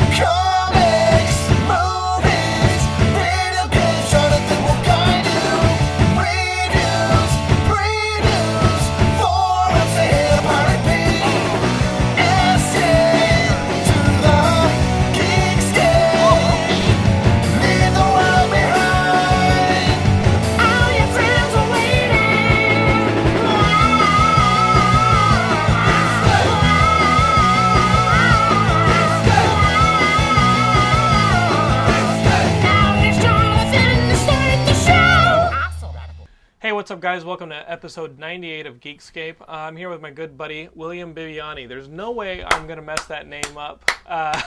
Comics, movies, video games, trying to think what kind do. Reviews, previews, forums, they hit up our repeat. Essay to the geek stage. Leave the world behind. All your friends are waiting. Hey, what's up, guys? Welcome to episode 98 of Geekscape. Uh, I'm here with my good buddy, William Bibiani. There's no way I'm going to mess that name up. Uh,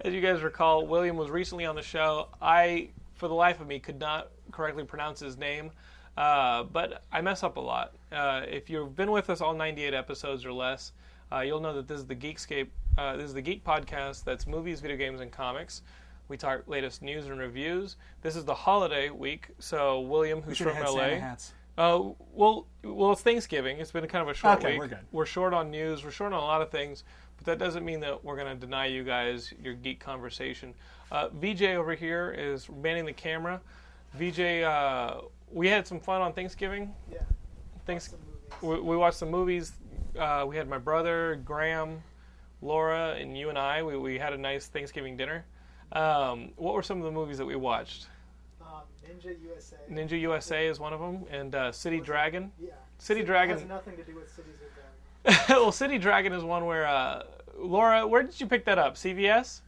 as you guys recall, William was recently on the show. I, for the life of me, could not correctly pronounce his name, uh, but I mess up a lot. Uh, if you've been with us all 98 episodes or less, uh, you'll know that this is the Geekscape. Uh, this is the Geek Podcast. That's movies, video games, and comics. We talk latest news and reviews. This is the holiday week, so William, who's should from have had LA, Santa hats. uh, well, well, it's Thanksgiving. It's been kind of a short Okay, week. we're good. short on news. We're short on a lot of things, but that doesn't mean that we're going to deny you guys your geek conversation. Uh, VJ over here is manning the camera. VJ, uh, we had some fun on Thanksgiving. Yeah. Thanks. We, we watched some movies. Uh, we had my brother Graham, Laura, and you and I. We we had a nice Thanksgiving dinner. Um, what were some of the movies that we watched? Um, Ninja USA. Ninja USA is one of them, and uh, City Dragon. yeah. City It Dragon. has nothing to do with cities or dragons. well, City Dragon is one where uh, Laura. Where did you pick that up? CVS.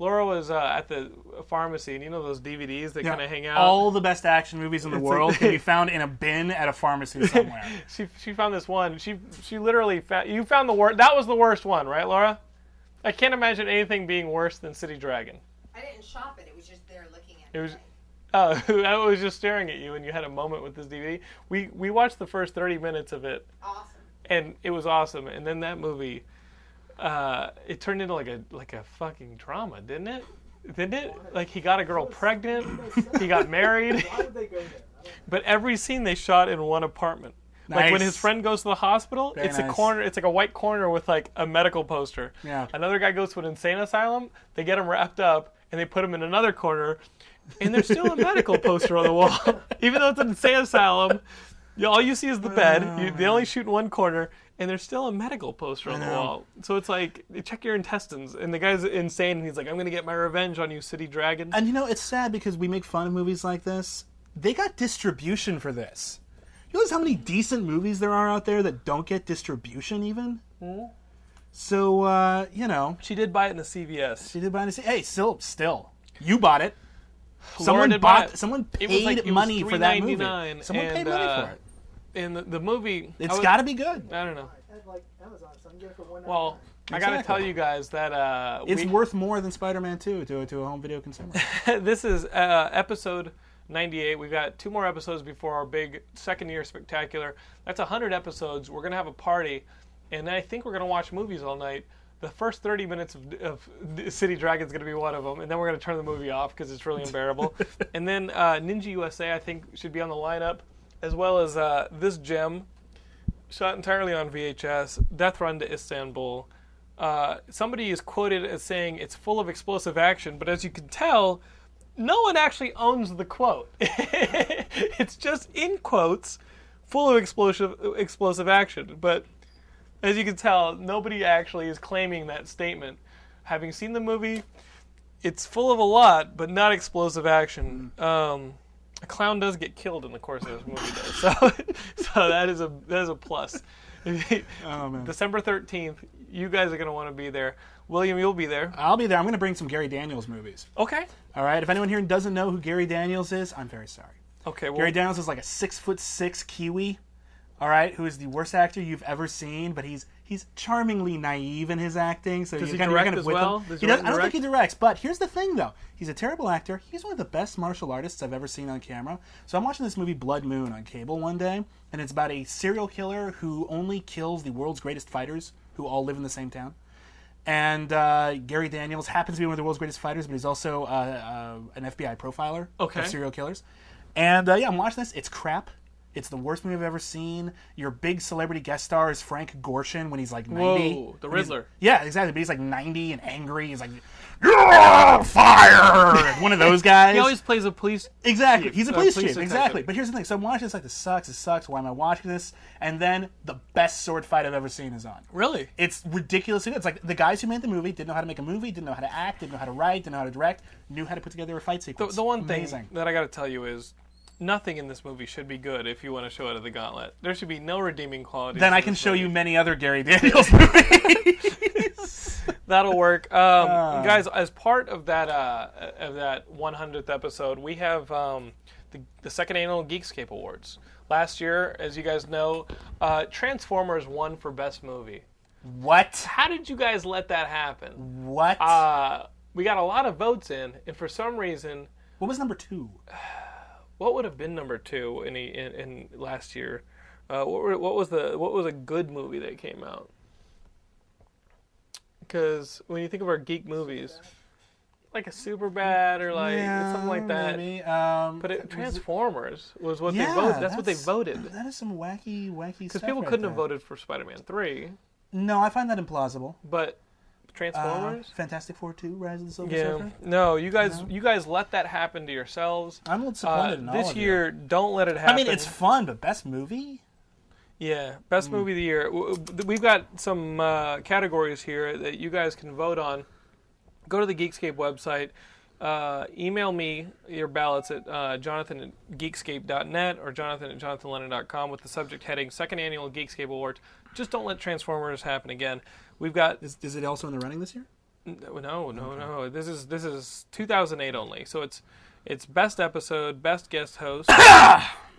Laura was uh, at the pharmacy, and you know those DVDs that kind of hang out. All the best action movies in the world can be found in a bin at a pharmacy somewhere. She she found this one. She she literally found. You found the worst. That was the worst one, right, Laura? I can't imagine anything being worse than City Dragon. I didn't shop it. It was just there looking at It was. Uh, I was just staring at you, and you had a moment with this DVD. We we watched the first thirty minutes of it, Awesome. and it was awesome. And then that movie, uh, it turned into like a like a fucking drama, didn't it? Didn't it? Like he got a girl pregnant, he got married, Why would they go there? I don't but every scene they shot in one apartment. Like when Nice. his friend goes to the hospital, Very it's a nice. corner. It's like a white corner with like a medical poster. Yeah. Another guy goes to an insane asylum. They get him wrapped up and they put him in another corner, and there's still a medical poster on the wall, even though it's an insane asylum. you- All you see is the bed. You, they only shoot in one corner, and there's still a medical poster on the wall. So it's like, check your intestines. And the guy's insane, and he's like, "I'm gonna get my revenge on you, city dragon." And you know, it's sad because we make fun of movies like this. They got distribution for this. You realize how many decent movies there are out there that don't get distribution even? So, uh, you know, She did buy it in the CVS. she did buy it. Hey, still, still, you bought it. Someone did buy bought. it. Someone It paid was like- it was money for that movie. $3.99 Someone paid and, money uh, for it. And the, the movie, I It's was- Uh, got to be good. I don't know. know. I had like Amazon, so I can get it for one. Well, I gotta Exactly. tell you guys that uh, It's we- worth more than Spider-Man 2 to, to a home video consumer. this is uh, episode 98. We've got two more episodes before our big second year spectacular. That's 100 episodes. We're gonna have a party, and I think we're gonna watch movies all night. The first 30 minutes of, of City Dragon's gonna be one of them, and then we're gonna turn the movie off because it's really unbearable. and then uh, Ninja USA, I think, should be on the lineup, as well as uh, this gem, shot entirely on VHS, Death Run to Istanbul. Uh, somebody is quoted as saying it's full of explosive action, but as you can tell, no one actually owns the quote. it's just in quotes, full of explosive explosive action. But as you can tell, nobody actually is claiming that statement. Having seen the movie, it's full of a lot, but not explosive action. Um, a clown does get killed in the course of this movie, though, so so that is a that is a plus. Oh man. December thirteenth, you guys are gonna want to be there. William, you'll be there. I'll be there. I'm going to bring some Gary Daniels movies. Okay. All right. If anyone here doesn't know who Gary Daniels is, I'm very sorry. Okay. Well, Gary Daniels is like a six foot six Kiwi. All right, who is the worst actor you've ever seen? But he's he's charmingly naive in his acting. So Does you're he kind of, direct kind of as with well? him. Does He he does, write I and don't think he direct? directs. But here's the thing, though. He's a terrible actor. He's one of the best martial artists I've ever seen on camera. So I'm watching this movie Blood Moon on cable one day, and it's about a serial killer who only kills the world's greatest fighters who all live in the same town. And uh, Gary Daniels happens to be one of the world's greatest fighters, but he's also uh, uh, an FBI profiler Okay. of serial killers. And uh, yeah, I'm watching this. It's crap. It's the worst movie I've ever seen. Your big celebrity guest star is Frank Gorshin when he's like 90. Whoa, the When he's- Riddler. Yeah, exactly. But he's like 90 and angry. He's like, you're fired. One of those guys. he always plays a police. Exactly. Chief. He's a Uh, police, police chief. detective. Exactly. But here's the thing. So I'm watching this like this sucks. This sucks. Why am I watching this? And then the best sword fight I've ever seen is on. Really? It's ridiculously good. It's like the guys who made the movie didn't know how to make a movie, didn't know how to act, didn't know how to write, didn't know how to direct, knew how to put together a fight The, sequence. the one thing Amazing. that I got to tell you is nothing in this movie should be good if you want to show it at the gauntlet. There should be no redeeming qualities. Then to I can this show movie. you many other Gary Daniels movies. That'll work, um, guys. As part of that uh, of that 100th episode, we have um, the, the second annual Geekscape Awards. Last year, as you guys know, uh, Transformers won for best movie. what? How did you guys let that happen? What? Uh, we got a lot of votes in, and for some reason, what was number two? what would have been number two in the, in, in last year? Uh, what were, what was the what was a good movie that came out? Because when you think of our geek movies, like a super bad or like something like that. Maybe. Um, But it, was Transformers was what Yeah, they voted. That's, what they that's- voted. That is some wacky, wacky Because stuff. people right couldn't there. have voted for Spider-Man three, No, I find that implausible. but Uh, Transformers. Fantastic Four 2, Rise of the Silver yeah, Surfer. no, you guys, you guys let that happen to yourselves. Uh, I'm a little disappointed in all this of you. year, don't let it happen. I mean, it's fun, but best movie? Yeah, best movie of the year. W- w- We've got some uh, categories here that you guys can vote on. Go to the Geekscape website. Uh, email me your ballots at uh, jonathan at geekscape.net or jonathan at jonathanlennon.com with the subject heading Second Annual Geekscape Awards. Just don't let Transformers happen again. We've got Is, is it also in the running this year? no, no, no, no. This is this is 2008 only. So it's it's best episode, best guest host.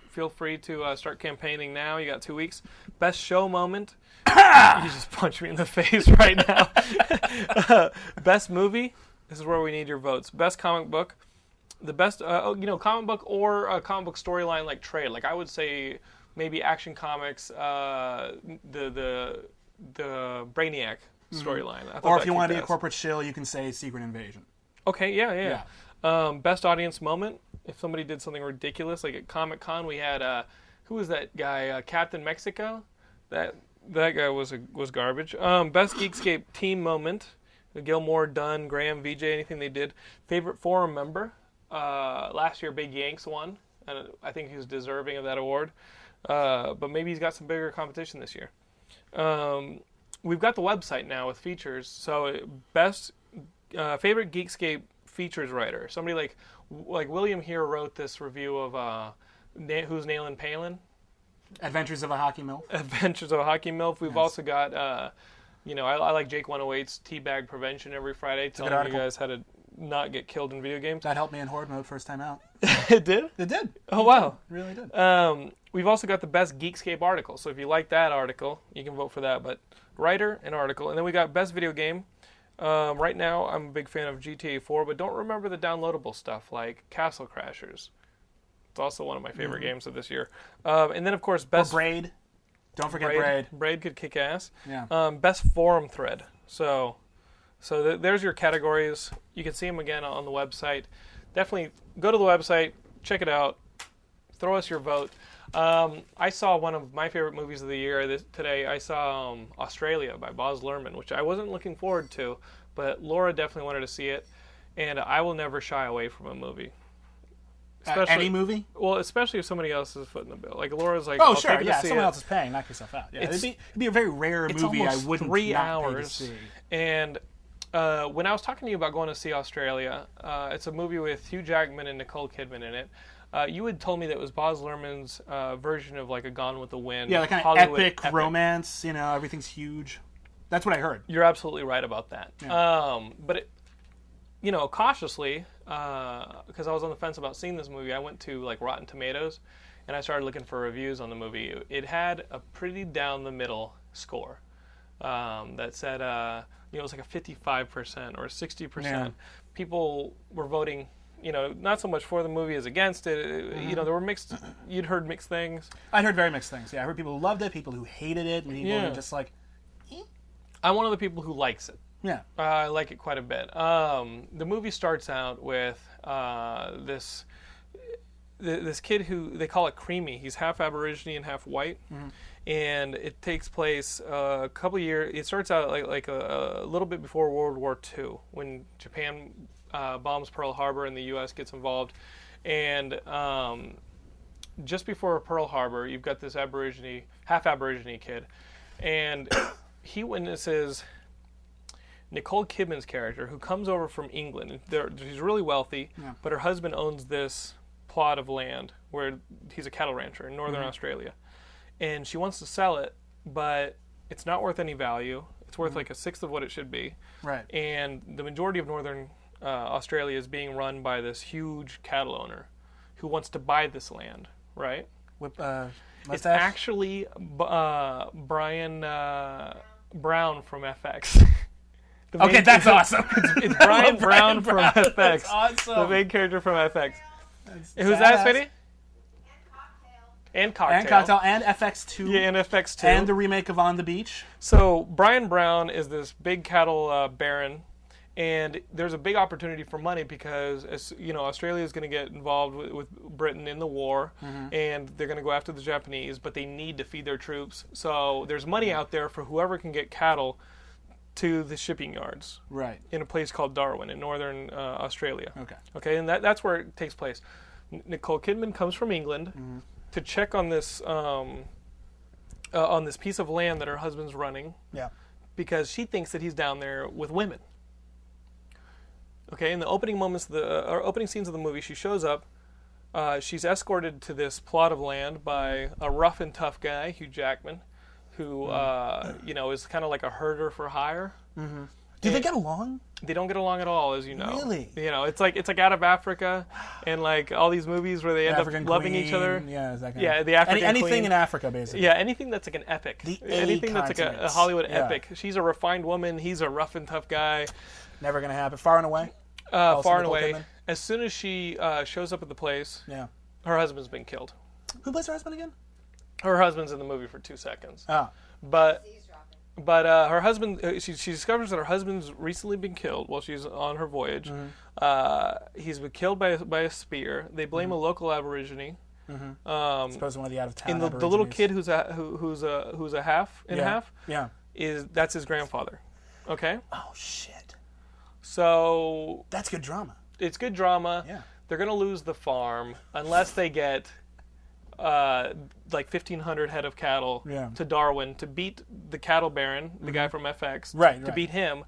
Feel free to uh, start campaigning now. You got two weeks. Best show moment. you just punched me in the face right now. Uh, best movie. This is where we need your votes. Best comic book. The best, uh, oh, you know, comic book or a comic book storyline like trade. Like I would say, maybe Action Comics, uh, the the the Brainiac storyline. I thought Mm-hmm. Or that if you kicked want to be a ass. corporate shill, you can say Secret Invasion. Okay, yeah, yeah. Um, best audience moment. If somebody did something ridiculous, like at Comic Con, we had uh, who was that guy? Uh, Captain Mexico. That that guy was a, was garbage. Um, best Geekscape team moment. Gilmore, Dunn, Graham, VJ, anything they did. Favorite forum member. Uh, last year, Big Yanks won, and I think he was deserving of that award. Uh, but maybe he's got some bigger competition this year. Um, we've got the website now with features. So best uh, favorite Geekscape features writer. Somebody like like William here wrote this review of uh, Na- who's Nailing Palin, Adventures of a Hockey Mill. Adventures of a Hockey Milf. We've also got uh, you know I, I like Jake 108's Teabag Prevention every Friday, telling you article. guys how to not get killed in video games. That helped me in Horde mode first time out. Uh, it did. It did. Oh wow. It really did. Um, we've also got the best Geekscape article. So if you like that article, you can vote for that. But writer and article, and then we got best video game. Um, right now, I'm a big fan of GTA 4, but don't remember the downloadable stuff like Castle Crashers. It's also one of my favorite games of this year. Um, and then, of course, Mm-hmm. or best Braid. Don't forget Braid. braid. Braid could kick ass. Yeah. Um, best forum thread. So, so th- there's your categories. You can see them again on the website. Definitely go to the website, check it out, throw us your vote. Um, I saw one of my favorite movies of the year this, today. I saw um, Australia by Boz Luhrmann, which I wasn't looking forward to, but Laura definitely wanted to see it. and I will never shy away from a movie. Uh, any movie? Well, especially if somebody else is footing the bill. Like Laura's like, Oh, I'll sure. take it to Yeah, see someone it. else is paying. Knock yourself out. Yeah, It's- it'd, be, it'd be a very rare It's movie I almost wouldn't three not pay to hours. see. And uh, when I was talking to you about going to see Australia, uh, it's a movie with Hugh Jackman and Nicole Kidman in it. Uh, you had told me that it was Boz Luhrmann's uh, version of like a Gone with the Wind. Yeah, that kind of Hollywood epic, romance. You know, everything's huge. That's what I heard. You're absolutely right about that. Um, but it, you know, cautiously, because I was on the fence about seeing this movie, I went to like Rotten Tomatoes, and I started looking for reviews on the movie. It had a pretty down the middle score um, that said, uh, you know, it was like a 55% or 60%. People were voting. You know, not so much for the movie as against it. Uh, You know, there were mixed. You'd heard mixed things. I heard very mixed things. Yeah, I heard people who loved it, people who hated it, and people Yeah. who just like, I'm one of the people who likes it. yeah, Uh, I like it quite a bit. Um, the movie starts out with uh, this th- this kid who they call it Creamy. He's half Aborigine and half white, and it takes place uh, a couple years. It starts out like like a, a little bit before World War II, when Japan uh, bombs Pearl Harbor and the U.S. gets involved, and um, just before Pearl Harbor, you've got this Aborigine, half Aborigine kid, and he witnesses Nicole Kidman's character, who comes over from England. They're, she's really wealthy, but her husband owns this plot of land where he's a cattle rancher in northern Australia, and she wants to sell it, but it's not worth any value. It's worth like a sixth of what it should be right. and the majority of northern uh, Australia is being run by this huge cattle owner who wants to buy this land, right? Whip, uh, It's mustache. actually B- uh, Brian uh, Brown from FX. The okay, main- that's awesome. it's Brian, Brown, from FX. That's The awesome. main character from FX. Who's that, badass. Smitty? And cocktail. and cocktail and FX two Yeah, and FX too. and the remake of On the Beach. So Brian Brown is this big cattle uh, baron, and there's a big opportunity for money because as you know Australia is going to get involved with, with Britain in the war, and they're going to go after the Japanese, but they need to feed their troops. So there's money out there for whoever can get cattle to the shipping yards Right. in a place called Darwin in northern uh, Australia. Okay. Okay, and that, that's where it takes place. N- Nicole Kidman comes from England Mm-hmm. to check on this um, uh, on this piece of land that her husband's running Yeah. because she thinks that he's down there with women. Okay, in the opening moments, of the uh, or opening scenes of the movie, she shows up. Uh, she's escorted to this plot of land by a rough and tough guy, Hugh Jackman, who uh, Mm-hmm. you know is kind of like a herder for hire. Do they get along? They don't get along at all, as you know. Really? You know, it's like it's like out of Africa, and like all these movies where they end African up loving each Queen, other. Yeah, is that kind Yeah, of, the African Any, anything Queen. in Africa, basically. Yeah, anything that's like an epic. The A anything that's like a- a, continents. Hollywood Yeah. epic. She's a refined woman. He's a rough and tough guy. Never gonna happen. Far and away. Uh, Also far and Nicole away. Kidman. As soon as she uh, shows up at the place, Yeah. her husband's been killed. Who plays her husband again? Her husband's in the movie for two seconds, Oh, but but uh, her husband uh, she, she discovers that her husband's recently been killed while she's on her voyage. Mm-hmm. Uh, he's been killed by by a spear. They blame a Mm-hmm. local aborigine. supposed to one of the out of town. And the, the little kid who's a who, who's a who's a half and Yeah. half Yeah. is that's his grandfather. Okay, Oh shit. so That's good drama. it's good drama. Yeah. They're gonna lose the farm unless they get uh, like fifteen hundred head of cattle Yeah. Mm-hmm. to Darwin to beat the cattle baron, the guy from FX, Right, to right. Mm-hmm. beat him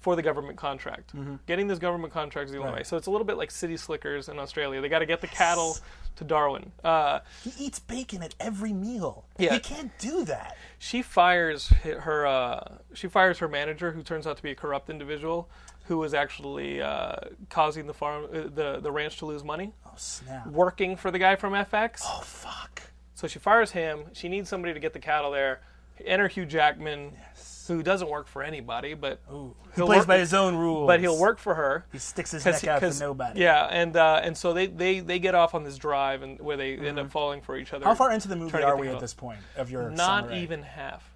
for the government contract. Getting this government contract is the only Right. way. So it's a little bit like City Slickers in Australia. They got to get the cattle to Darwin. Uh, He eats bacon at every meal. Yeah. You can't do that. she fires hi- her uh, she fires her manager, who turns out to be a corrupt individual. Who was actually uh, causing the farm, uh, the the ranch to lose money? Oh snap. working for the guy from FX. Oh fuck. So she fires him. She needs somebody to get the cattle there. Enter Hugh Jackman, who doesn't work for anybody, but He he'll plays work- by his own rules. But he'll work for her. He sticks his 'Cause- neck out for 'cause- nobody. Yeah, and uh, and so they, they, they get off on this drive and where they end up falling for each other. Mm-hmm. How far into the movie trying to get are the we at cattle. this point of your? Not summary? even half.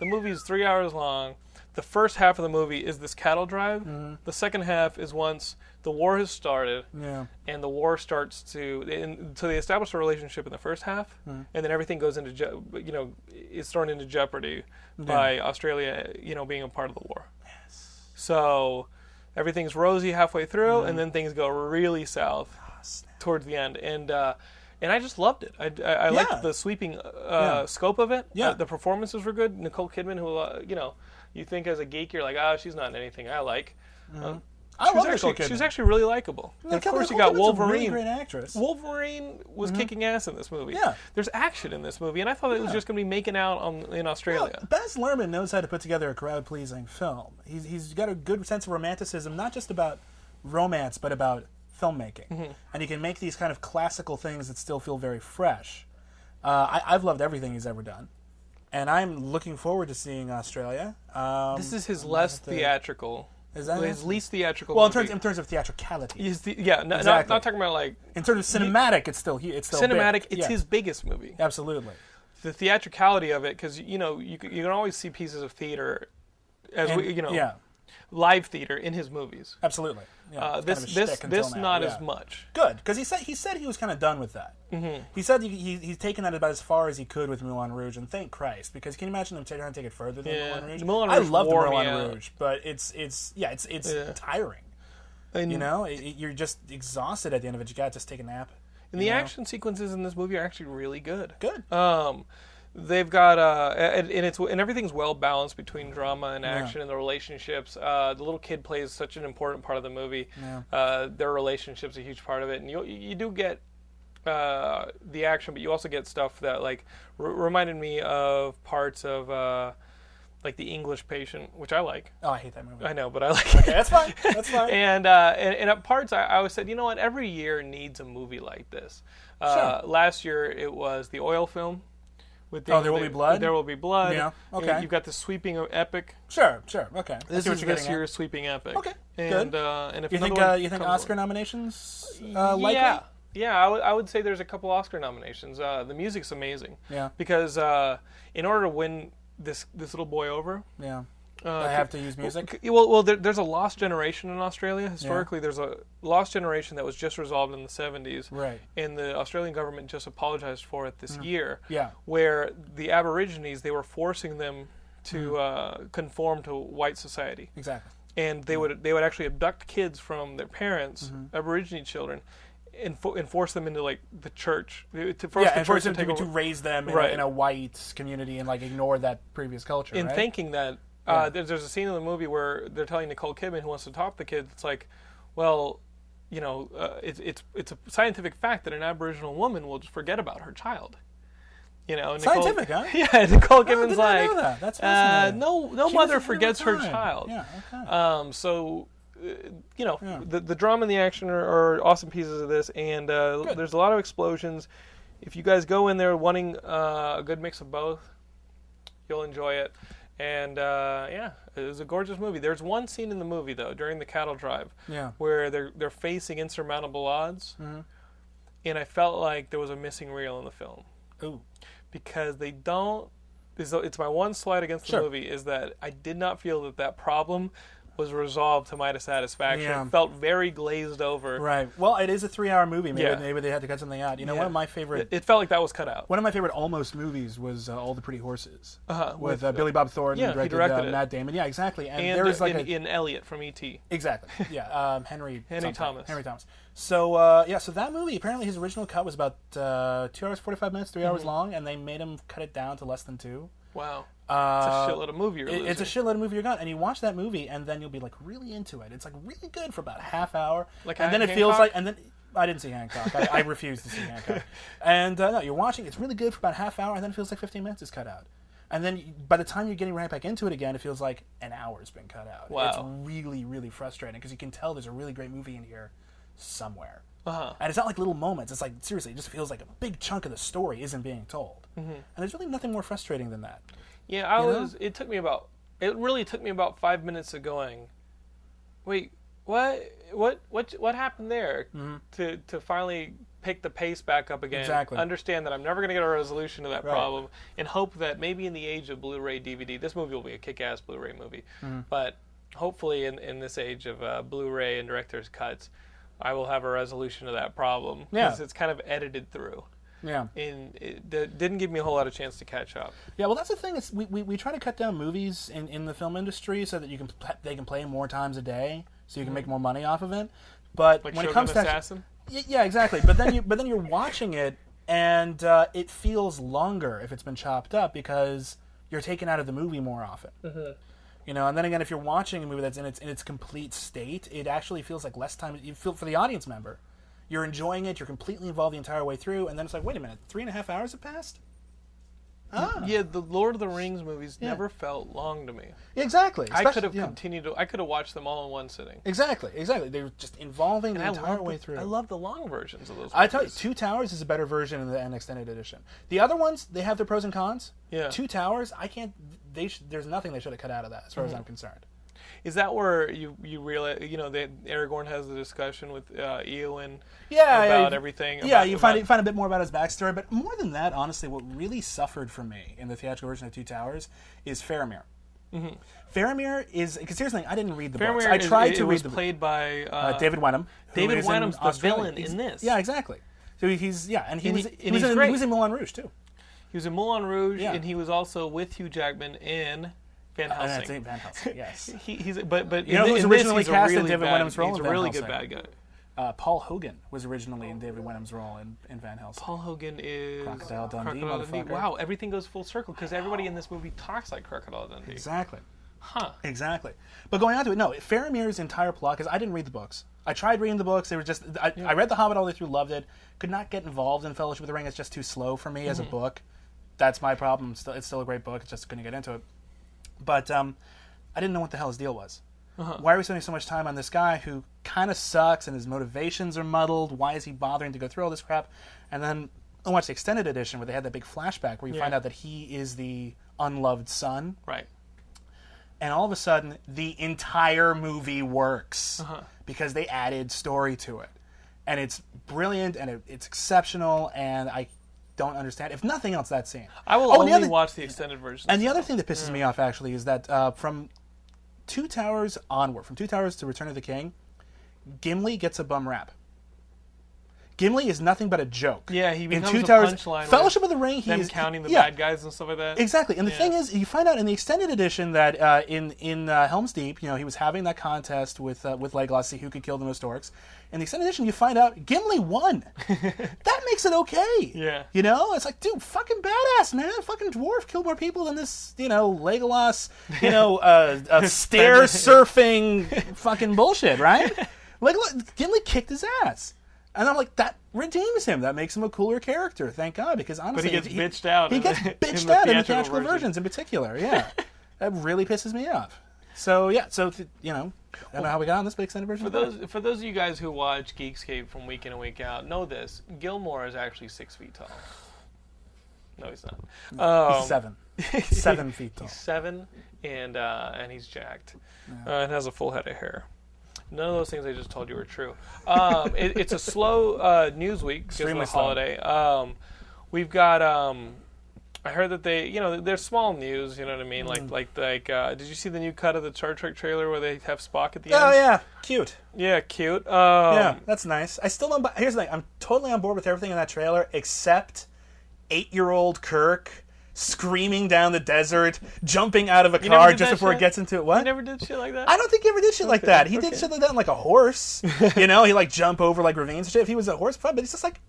The movie is three hours long. The first half of the movie is this cattle drive. Mm-hmm. The second half is once the war has started Yeah. and the war starts to and so they establish a relationship in the first half Mm-hmm. and then everything goes into je- you know it's thrown into jeopardy by australia you know being a part of the war yes so everything's rosy halfway through, Mm-hmm. and then things go really south Ah, towards the end. And uh, and I just loved it. I, I, I Yeah. liked the sweeping uh, scope of it. Yeah. Uh, the performances were good. Nicole Kidman, who uh, you know, you think as a geek, you're like, oh, she's not in anything I like. Um, Mm-hmm. I she love was Nicole actually, she was Kidman. actually really likable. And of Nicole- course, you Nicole got Kidman's a really Wolverine. great actress. Mm-hmm. Wolverine was kicking ass in this movie. Yeah. There's action in this movie, and I thought it was Yeah. just going to be making out on, in Australia. Well, Baz Luhrmann knows how to put together a crowd pleasing film. He's, he's got a good sense of romanticism, not just about romance, but about filmmaking. Mm-hmm. And he can make these kind of classical things that still feel very fresh. Uh, I, I've loved everything he's ever done. And I'm looking forward to seeing Australia. Um, This is his less theatrical. Is that his it? least theatrical? well, in movie. terms, in terms of theatricality, His the- yeah, no, not, Exactly. not talking about like in terms of cinematic, it's still he- it's still big. cinematic. It's Yeah, his biggest movie. absolutely. The theatricality of it, because you know you c- you can always see pieces of theater, as And- we, you know, yeah, live theater in his movies. absolutely. Yeah, Uh, it's kind this of a this shtick until this now, not yeah. as much. good because he said he said he was kind of done with that. Mm-hmm. He said he, he, he's taken that about as far as he could with Moulin Rouge, and thank Christ because can you imagine them trying to take it further than Yeah. Moulin Rouge? Moulin I Rouge love the wore me Moulin out. Rouge, but it's it's yeah it's it's Yeah. Mm. tiring. And, You know, It- it- you're just exhausted at the end of it. You gotta just take a nap. and the action sequences in this movie are actually really good. Good. Um, they've got uh, and, and it's and everything's well balanced between drama and action and the relationships. Uh, the little kid plays such an important part of the movie. Uh, their relationship's a huge part of it, and you you do get uh, the action, but you also get stuff that like r- reminded me of parts of uh, like the English Patient, which I like. oh, I hate that movie. I know, but I like. it. Okay, that's fine. That's fine. And, uh, and and at parts, I, I always said, you know what? Every year needs a movie like this. Uh, Sure. Last year it was the oil film. With the, Oh, There Will the- Be Blood? There will be blood. Yeah, You- okay. You've got the sweeping epic. sure, sure. Okay. I This see what is you're this getting at. year's sweeping epic. Okay, good. And uh, and if You think another uh, one you think comes Oscar along- nominations uh, likely? Yeah. Yeah, I would- I would say there's a couple Oscar nominations. Uh, the music's amazing. Yeah. Because uh, in order to win this this little boy over, Yeah. I have to use music. C- Uh, Well, well, there, there's a lost generation in Australia. Historically, there's a lost generation that was just resolved in the 70s, Right. Mm. And the Australian government just apologized for it this year. Yeah. where the Aborigines they were forcing them to uh, conform to white society, Mm. Exactly. and they would they would actually abduct kids from their parents, Mm-hmm. Aborigine children, and, fo- and force them into like the church to force Yeah, the and church force to them take to, over. to raise them in, Right. a, in a white community and like ignore that previous culture. in right? thinking that uh, there's, there's a scene in the movie where they're telling Nicole Kidman who wants to top the kid. It's like, well, you know, uh, it's it's it's a scientific fact that an Aboriginal woman will just forget about her child. You know, and Nicole, Scientific, huh? Yeah, and Nicole Oh, I Kidman's did not like, know that. That's uh, fascinating. no, no She mother doesn't know forgets her the time. child. Yeah, okay. Um, so, uh, you know, the the drama and the action are, are awesome pieces of this, and uh, there's a lot of explosions. If you guys go in there wanting uh, a good mix of both, you'll enjoy it. And uh, yeah, it was a gorgeous movie. There's one scene in the movie though during the cattle drive, Yeah. Mm-hmm. where they're they're facing insurmountable odds, and I felt like there was a missing reel in the film Ooh. because they don't. It's, it's my one slight against the Sure. movie is that I did not feel that that problem was resolved to my satisfaction. Yeah. It felt very glazed over. Right. Well, it is a three-hour movie. Maybe, Yeah. maybe they had to cut something out. You know, one of my favorite. It, it felt like that was cut out. one of my favorite almost movies was uh, All the Pretty Horses uh-huh, with uh, Billy Bob Thornton, yeah, who he directed, directed uh, it. Matt Damon. Yeah, exactly. And, and there is uh, like in, a, in Elliot from E ET. Exactly. Yeah. Um, Henry. Henry something. Thomas. Henry Thomas. So uh, yeah. So that movie apparently his original cut was about uh, two hours forty five minutes, 3 Mm-hmm. hours long, and they made him cut it down to less than two. Wow, Uh, it's a shitload of movie. You're It- it's a losing. shitload of movie you're gone, and you watch that movie, and then you'll be like really into it. It's like really good for about a half hour, Like and then Han- it feels Hancock? like, and then I didn't see Hancock. I, I refuse to see Hancock. And uh, no, you're watching. It's really good for about a half hour, and then it feels like 15 minutes is cut out. And then you- by the time you're getting right back into it again, it feels like an hour's been cut out. Wow. It's really, really frustrating because you can tell there's a really great movie in here somewhere. Uh-huh. And it's not like little moments. It's like seriously, it just feels like a big chunk of the story isn't being told. Mm-hmm. And there's really nothing more frustrating than that. yeah, I know? was. It took me about. It really took me about five minutes of going. Wait, what? What? What? What happened there? Mm-hmm. To to finally pick the pace back up again. Exactly. Understand that I'm never going to get a resolution to that problem, and hope that maybe in the age of Blu-ray DVD, this movie will be a kick-ass Blu-ray movie. Mm-hmm. But hopefully, in in this age of uh, Blu-ray and director's cuts, I will have a resolution to that problem. 'Cause Yeah. it's kind of edited through. Yeah. And it d- didn't give me a whole lot of chance to catch up. Yeah, well, that's the thing. Is we, we, we try to cut down movies in, in the film industry so that you can pl- they can play more times a day, so you can make more money off of it. But Mm-hmm. Like when it Shogun comes to actu- Assassin. Y- yeah, exactly. But then you but then you're watching it and uh, it feels longer if it's been chopped up because you're taken out of the movie more often. Mm-hmm. You know, and then again, if you're watching a movie that's in its in its complete state, it actually feels like less time. You feel for the audience member, you're enjoying it, you're completely involved the entire way through, and then it's like, wait a minute, three and a half hours have passed. Yeah, the Lord of the Rings movies never felt long to me. Exactly. I Especially- could have yeah. continued. To, I could have watched them all in one sitting. Exactly, exactly. They were just involving the I entire love way the, through. I love the long versions of those. I tell you, movies. Two Towers is a better version of the an extended edition. The other ones, they have their pros and cons. Yeah. Two Towers, I can't. They sh- there's nothing they should have cut out of that, as Mm-hmm. far as I'm concerned. Is that where you you realize you know that Aragorn has the discussion with uh, Eowyn? Yeah, yeah, about you- everything. Yeah, about- you find about- you find a bit more about his backstory, but more than that, honestly, what really suffered for me in the theatrical version of Two Towers is Faramir. Mm-hmm. Faramir is because here's the thing: I didn't read the books. Faramir I is- tried it- to it read was the played by uh, uh, David Wenham. who David is in Wenham's the Australia. villain He's- in this. Yeah, exactly. So he's yeah, and he And was he- he, and was he's in, great. he was in Moulin Rouge too. He was in Moulin Rouge, Yeah. and he was also with Hugh Jackman in Van And that's Helsing. Van Helsing. Yes, he, he's but but know in, who thi- was in this, originally he's a cast in really David bad, Wenham's role He's in a Van really good Helsing? bad guy. uh, Paul Hogan was originally in David Wenham's role in, in Van Helsing. Paul Hogan is Crocodile Dundee, motherfucker. Wow, everything goes full circle because everybody in this movie talks like Crocodile Dundee. Exactly. Huh. Exactly. But going on to it, no, Faramir's entire plot, because I didn't read the books. I tried reading the books. They were just, I, I read The Hobbit all the way through, loved it. Could not get involved in Fellowship of the Ring. It's just too slow for me as a book. That's my problem. It's still, it's still a great book. It's just couldn't get into it. But um, I didn't know what the hell his deal was. Why are we spending so much time on this guy who kind of sucks and his motivations are muddled? Why is he bothering to go through all this crap? And then I watched the extended edition where they had that big flashback where you find out that he is the unloved son Right. and all of a sudden the entire movie works Uh-huh. because they added story to it and it's brilliant and it, it's exceptional and i don't understand if nothing else that scene I will Oh, and only the other- watch the extended version. and the other thing that pisses me off actually is that uh, from two towers onward from two towers to return of the king gimli gets a bum rap gimli is nothing but a joke Yeah, he in becomes two a towers punchline with fellowship of the ring he them is counting the yeah, bad guys and stuff like that. Exactly, and the thing is, you find out in the extended edition that uh, in in uh, Helm's Deep, you know, he was having that contest with uh, with Legolas, see who could kill the most orcs. In the extended edition, you find out Gimli won. that makes it okay. Yeah. you know, it's like, dude, fucking badass, man. Fucking dwarf killed more people than this, you know, Legolas, you know, uh, uh, stair surfing fucking bullshit, right? Legolas, Gimli kicked his ass. And I'm like, that redeems him. That makes him a cooler character. Thank God, because honestly, gets bitched out He in gets the- bitched in the out in the theatrical theatrical version. versions, in particular. Yeah, that really pisses me off. So yeah, so th- you know, I don't know how we got on this, but extended version. For those for those of you guys who watch Geekscape from week in and week out, know this: Gilmore is actually six feet tall. No, he's not. Um, seven, seven feet tall. seven, and uh, and he's jacked, uh, and has a full head of hair. None of those things I just told you were true. Um, it, it's a slow uh, news week because of the Extremely slow. holiday. Um, we've got. Um, I heard that they, you know, they're small news. You know what I mean? Mm. Like, like, like. Uh, did you see the new cut of the Star Trek trailer where they have Spock at the end? Oh yeah, cute. yeah, cute. Um, yeah, that's nice. I still don't. Buy, here's the thing: I'm totally on board with everything in that trailer except eight-year-old Kirk screaming down the desert, jumping out of a never car did just that before shit? it gets into it. What? You never did shit like that. I don't think he ever did shit like that. He did shit like that on like a horse. you know, he like jump over like ravines and shit. If he was a horse, but it's just like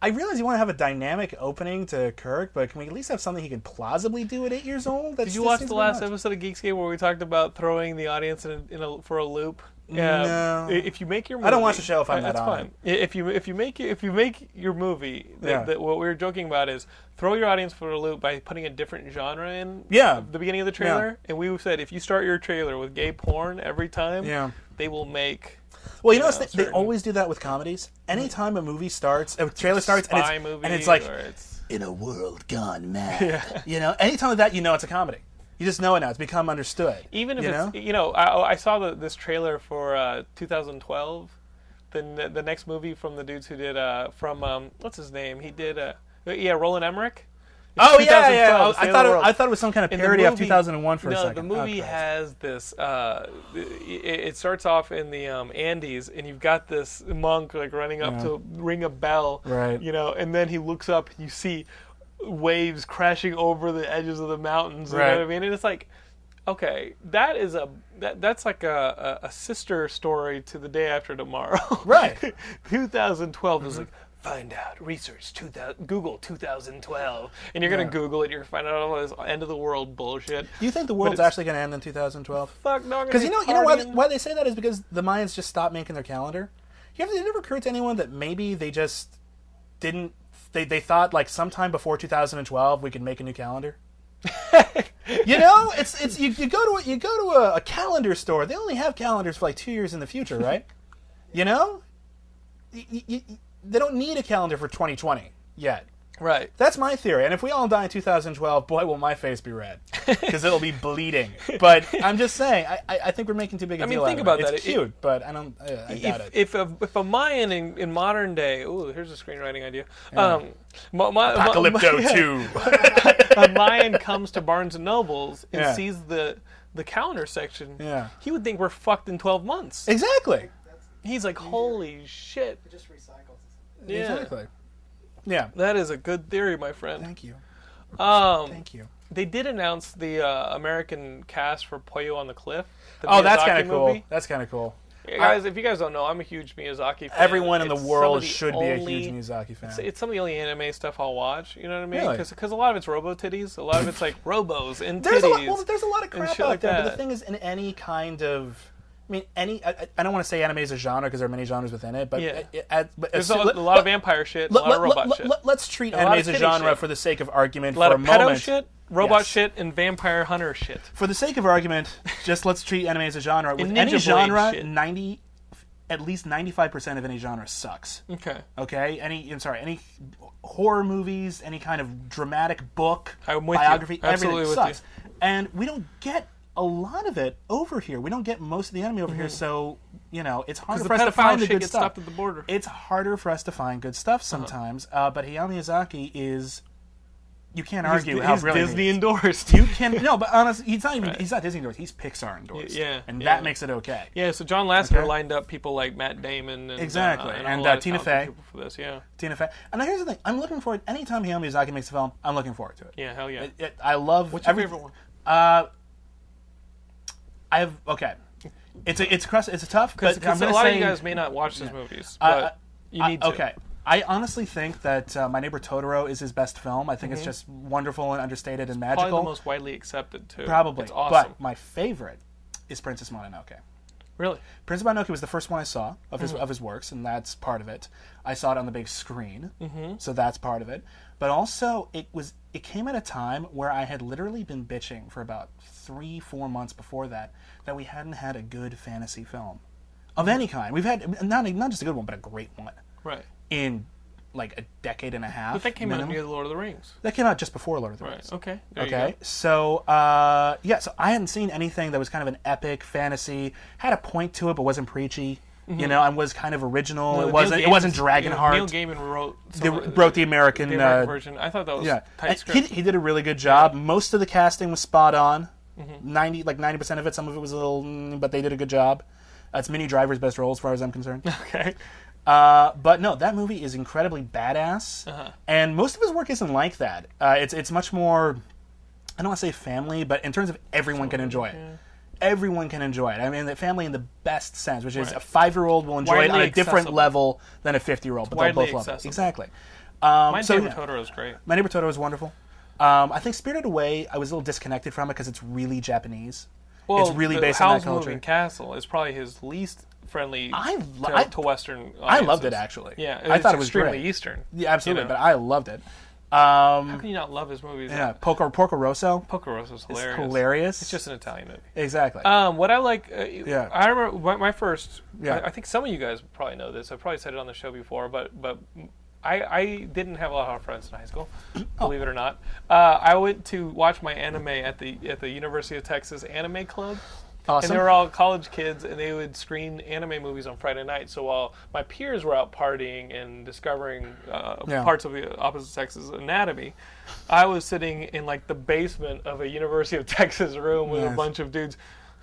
I realize you want to have a dynamic opening to Kirk, but can we at least have something he can plausibly do at eight years old? That's, Did you that watch seems the a bit last much. episode of Geekscape where we talked about throwing the audience in a, in a, for a loop? Yeah. No. If you make your movie, I don't watch the show if I'm that's not on fine. If you if you make your- if you make your movie, that, Yeah. that what we were joking about is throw your audience for a loop by putting a different genre in. Yeah. at The beginning of the trailer, and we said if you start your trailer with gay porn every time, Yeah. they will make. Well, you notice know, that they certain- always do that with comedies. Anytime a movie starts, a trailer starts, and spy it's, movie and it's like or it's, in a world gone mad. You know, anytime like that, you know it's a comedy. You just know it now. It's become understood. even if you it's e-, know? you know I, I saw the, this trailer for uh, 2012 the, ne- the next movie from the dudes who did uh, from um, what's his name he did uh, yeah roland emmerich oh 2012, yeah, yeah. State I, of thought the it, World. I thought it was some kind of In the parody of movie- 2001 for no, a second. the Oh, movie Christ. has this. Uh, it, it starts off in the um, Andes, and you've got this monk like running up to ring a bell, Right. You know, and then he looks up, and you see waves crashing over the edges of the mountains. You Right. know what I mean? And it's like. Okay, that is a that, that's like a, a, a sister story to the day after tomorrow. Right. 2012 is Mm-hmm. like find out research 2000 Google 2012, and you're gonna Google it. You're gonna find out all this end of the world bullshit. Do you think the world's it's- actually going to end in 2012? Fuck no. I'm gonna Because you be know, you know why, partying. why they say that is because the Mayans just stopped making their calendar. You ever, it never occurred to anyone that maybe they just didn't. They, they thought like sometime before 2012 we could make a new calendar. you know, it's it's you, you go to a, you go to a, a calendar store. They only have calendars for like two years in the future, right? you know, Y- y- y- y- they don't need a calendar for 2020 yet. Right. That's my theory. And if we all die in 2012, boy, will my face be red because it'll be bleeding. But I'm just saying, I, I, I think we're making too big a I mean, deal. out think of about it. that. It's It- cute, but I don't. I, I doubt if, it. if a if a Mayan in, in modern day, ooh, here's a screenwriting idea. Um, Ma- Ma- Ma- Apocalypto two. a Mayan comes to Barnes and Nobles and Yeah. sees the the calendar section. Yeah. he would think we're fucked in 12 months. exactly. He's like, holy shit. It just recycles. Yeah. Exactly. Yeah. That is a good theory, my friend. Thank you. Um, Thank you. they did announce the uh, American cast for Poyo on the Cliff. the Oh, that's Miyazaki kind of cool. movie. That's kind of cool. Yeah, guys, if you guys don't know, I'm a huge Miyazaki fan. Everyone in the Uh, It's some of world the should be a only- huge Miyazaki fan. It's, it's some of the only anime stuff I'll watch. You know what I mean? Really? Because a lot of it's robo titties. A lot of it's like robos and there's a lot, titties. well, there's a lot of and crap shit out like there. But the that. thing is, in any kind of, I mean, any. I, I- I don't want to say anime is a genre because there are many genres within it, but Yeah. it- it- but There's a, assu- a let- lot of let- vampire shit, a let, lot of robot shit, us treat lot anime of as a kitty genre shit. for the sake of argument a lot for of a pedo moment. shit, robot Yes. shit, and vampire hunter shit. For the sake of argument, just let's treat anime as a genre. With Ninja any Blade genre, shit. ninety, at least ninety-five percent of any genre sucks. Okay, Okay, any I'm sorry, any horror movies, any kind of dramatic book, I'm with you. biography, Absolutely everything with sucks. And we don't get a lot of it over here. We don't get most of the anime over here, so you know it's harder Mm-hmm. the for us to pedophile find the shit good gets stuff. stopped at the border. Uh-huh. It's harder for us to find good stuff sometimes. uh but Hayao Miyazaki is. You can't argue how he's brilliant he Disney is. endorsed. You can no, but honestly, he's not even he's not Disney endorsed. He's Pixar endorsed. yeah, and yeah. that makes it okay. yeah, so John Lasseter Okay. lined up people like Matt Damon and uh, Exactly, and, a and, whole uh, lot of Tina talented Fey. people for this. Yeah, Tina Fey. And here's the thing: I'm looking forward. Anytime Hayao Miyazaki makes a film, I'm looking forward to it. yeah, hell yeah. It- it- I love. What's your every- favorite one? Uh, I have okay. It's a it's crust, it's a tough because Because a lot of you guys may not watch these movies, I- but you I- need to. uh, Okay. I honestly think that uh, My Neighbor Totoro is his best film. I Mhm. think it's just wonderful and understated and magical. Probably the most widely accepted too. Probably. it's awesome. But my favorite is Princess Mononoke. really, Prince of Mononoke was the first one I saw of his Mm-hmm. of his works, and that's part of it. I saw it on the big screen, Mm-hmm. so that's part of it. But also, it was it came at a time where I had literally been bitching for about three four months before that that we hadn't had a good fantasy film Mm-hmm. of any kind. We've had not not just a good one, but a great one right? in like a decade and a half. But that came out minimum. near the Lord of the Rings, That came out just before Lord of the Rings. right? Okay, there you Okay, go. so uh, yeah, so I hadn't seen anything that was kind of an epic fantasy, had a point to it, but wasn't preachy. You know, and was kind of original. Mm-hmm. Neil it wasn't. Gaiman's- It wasn't Neil Dragonheart. Gaiman wrote they some of wrote the American. the American uh, version. I thought that was yeah, tight And he, script. he did a really good job. Most of the casting was spot on. Mm-hmm. Ninety, like ninety percent of it. Some of it was a little, mm, but they did a good job. That's Mini Driver's best role, as far as I'm concerned. okay, Uh, but no, that movie is incredibly badass, Uh-huh. and most of his work isn't like that. Uh, it's it's much more, I don't want to say family, but in terms of everyone can enjoy it. Everyone can enjoy it. I mean, the family in the best sense, which is Right. a five-year-old will enjoy it on Widely a different accessible. level than a fifty-year-old, but they'll Widely both love it. accessible. Exactly. Um, my so, favorite yeah. Totoro is great. My Neighbor Totoro is wonderful. Um, I think Spirited Away, I was a little disconnected from it because it's really Japanese. Well, it's really the based on Howl's that culture. Moving Castle is probably his least friendly I to, lo- I- to Western. I loved audiences. it, actually. Yeah, I it's thought it was extremely great. Eastern. Yeah, absolutely. you know. But I loved it. Um, How can you not love his movies? yeah, Porco, Porco Rosso. Pokeros is hilarious. hilarious. It's just an Italian movie. Exactly. Um, what I like, uh, yeah. Yeah. I remember my, my first. Yeah. I, I think some of you guys probably know this. I probably said it on the show before, but but I, I didn't have a lot of friends in high school, believe it or not. Uh, I went to watch my anime at the at the University of Texas Anime Club. Awesome. And they were all college kids, and they would screen anime movies on Friday night. So while my peers were out partying and discovering uh, Yeah. parts of the opposite sex's anatomy, I was sitting in like the basement of a University of Texas room with a Nice. bunch of dudes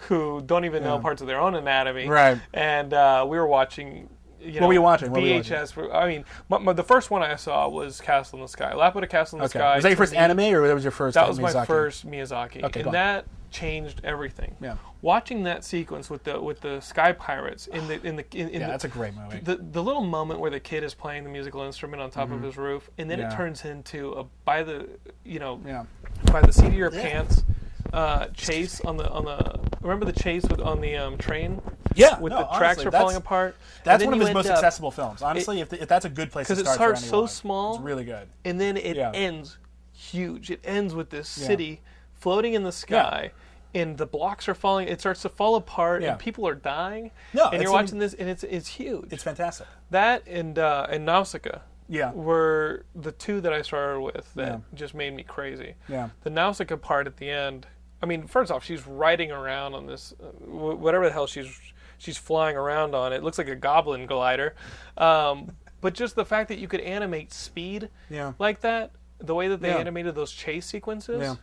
who don't even know parts of their own anatomy. Right. And uh, we were watching. You know, were you watching? What were you watching? VHS. for- I mean, my, my, the first one I saw was Castle in the Sky. Laputa Castle in the okay. Sky. was that your to first me- anime, or that was your first? That was my Miyazaki? first Miyazaki. Okay, and go on. that changed everything. Yeah. Watching that sequence with the with the sky pirates in the in the in, in Yeah, the, that's a great movie. the the little moment where the kid is playing the musical instrument on top of his roof, and then it Mm-hmm. Yeah. turns into a by the you know yeah. by the seat of your pants uh, chase on the on the remember the chase with on the um, train Yeah, with no, the tracks honestly, were that's- falling apart. And That's then one of you his most end up- accessible films. Honestly, if, th if that's a good place to 'cause it start starts for so anyone. small. It's really good. and then it Yeah. ends huge. It ends with this city floating in the sky, and the blocks are falling. It starts to fall apart, Yeah. and people are dying. No, and it's you're an- watching this, and it's it's huge. It's fantastic. that and uh, and Nausicaa. Yeah. were the two that I started with that Yeah. just made me crazy. Yeah. the Nausicaa part at the end. I mean, first off, she's riding around on this, uh, wh- whatever the hell she's she's flying around on. It looks like a goblin glider, um, but just the fact that you could animate speed Yeah. like that, the way that they Yeah. animated those chase sequences, Yeah.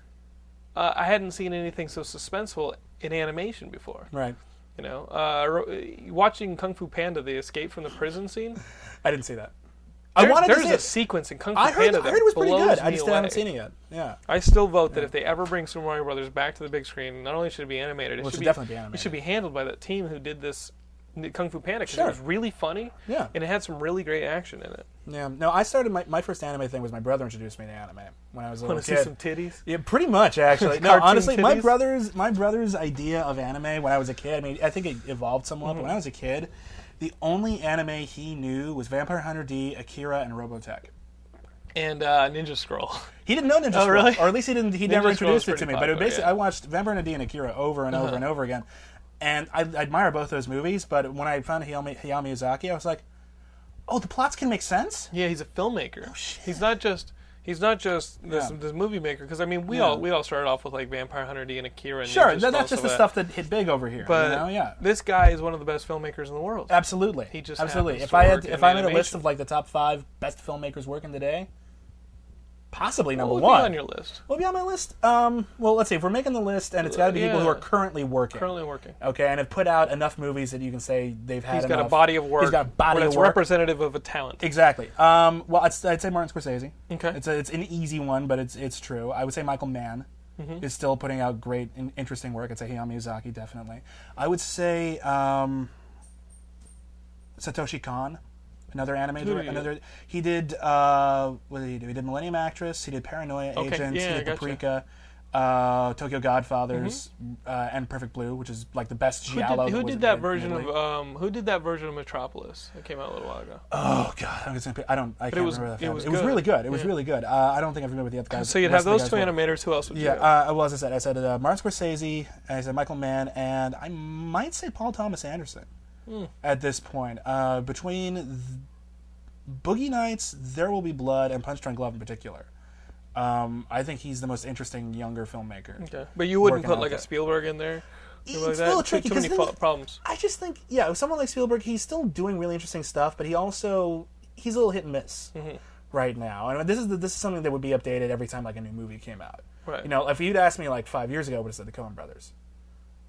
uh, I hadn't seen anything so suspenseful in animation before. Right. You know, uh, ro- watching Kung Fu Panda, the escape from the prison scene. I didn't see that. I There- wanted there's to see a it. sequence in Kung Fu I heard, Panda I that heard it was pretty blows good. I me just away. haven't seen it yet. Yeah. I still vote that if they ever bring Super Mario Brothers back to the big screen, not only should it be animated, it, Well, it should, should be, definitely be animated. It should be handled by that team who did this n- Kung Fu Panda because Sure. it was really funny. Yeah. and it had some really great action in it. Yeah. No, I started my, my first anime thing was my brother introduced me to anime when I was a little Want to kid. see some titties? Yeah, pretty much actually. No, Cartoon honestly, my titties? brother's my brother's idea of anime when I was a kid. I mean, I think it evolved somewhat. Mm-hmm. But when I was a kid, the only anime he knew was Vampire Hunter D, Akira, and Robotech. And uh, Ninja Scroll. He didn't know Ninja Scroll, Oh, really? or at least he didn't. He never Scroll was introduced it to pretty me. but it popular, basically, yeah. Uh-huh. I watched Vampire Hunter D and Akira over and over and over again, and I, I admire both those movies. But when I found Hayao, Hayao Miyazaki, I was like, "Oh, the plots can make sense." yeah, he's a filmmaker. He's not just. He's not just this, Oh, Yeah. this movie maker because I mean we all we all started off with like Vampire Hunter D and Akira. And Sure, Ninja that- Scroll, that's so just the that- stuff that hit big over here. But you know? yeah, this guy is one of the best filmmakers in the world. Absolutely. He just absolutely. happens If to I work had in if I made a list animation. of like the top five best filmmakers working today, possibly number What would be one. on your list? What would be on my list? Um, well, let's see. If we're making the list, and it's got to be people who Uh, yeah. are currently working. Currently working. Okay, and have put out enough movies that you can say they've had. He's got a enough. body of work. He's got a body when of it's work. representative of a talent. Exactly. Um, well, I'd, I'd say Martin Scorsese. Okay. It's a, it's an easy one, but it's it's true. I would say Michael Mann Mm-hmm. is still putting out great and interesting work. I'd say Hayao Miyazaki definitely. I would say um, Satoshi Kon, another anime. dir- you- another he did uh, what did he do? He did Millennium Actress. He did Paranoia Okay, Agents. yeah, he I did gotcha. Mm-hmm. Paprika. Uh, Tokyo Godfathers uh, and Perfect Blue, which is like the best Who did, giallo. who was did that made- version made of um, Who did that version of Metropolis? That came out a little while ago. Oh god, I'm just gonna, pick- I don't. I can't was- remember that. it It was was, it was really good. good. It was really good. Uh, I don't think I remember the other guys. so you'd have rest of the those guys two were- animators. Who else would Yeah. you? have? Uh, well, as I said, I said uh, Martin Scorsese. I said Michael Mann, and I might say Paul Thomas Anderson. Hmm. At this point, uh, between th- Boogie Nights, There Will Be Blood, and Punch Drunk Love in particular, um, I think he's the most interesting younger filmmaker. Okay. But you wouldn't working put out like a there. Spielberg in there. It's like a that? little Too- tricky too 'cause many then- fo- problems. I just think, yeah, with someone like Spielberg, he's still doing really interesting stuff, but he also he's a little hit and miss Mm-hmm. right now. And this is the, this is something that would be updated every time like a new movie came out. Right. You know, if you'd asked me like five years ago, I would have said the Coen Brothers.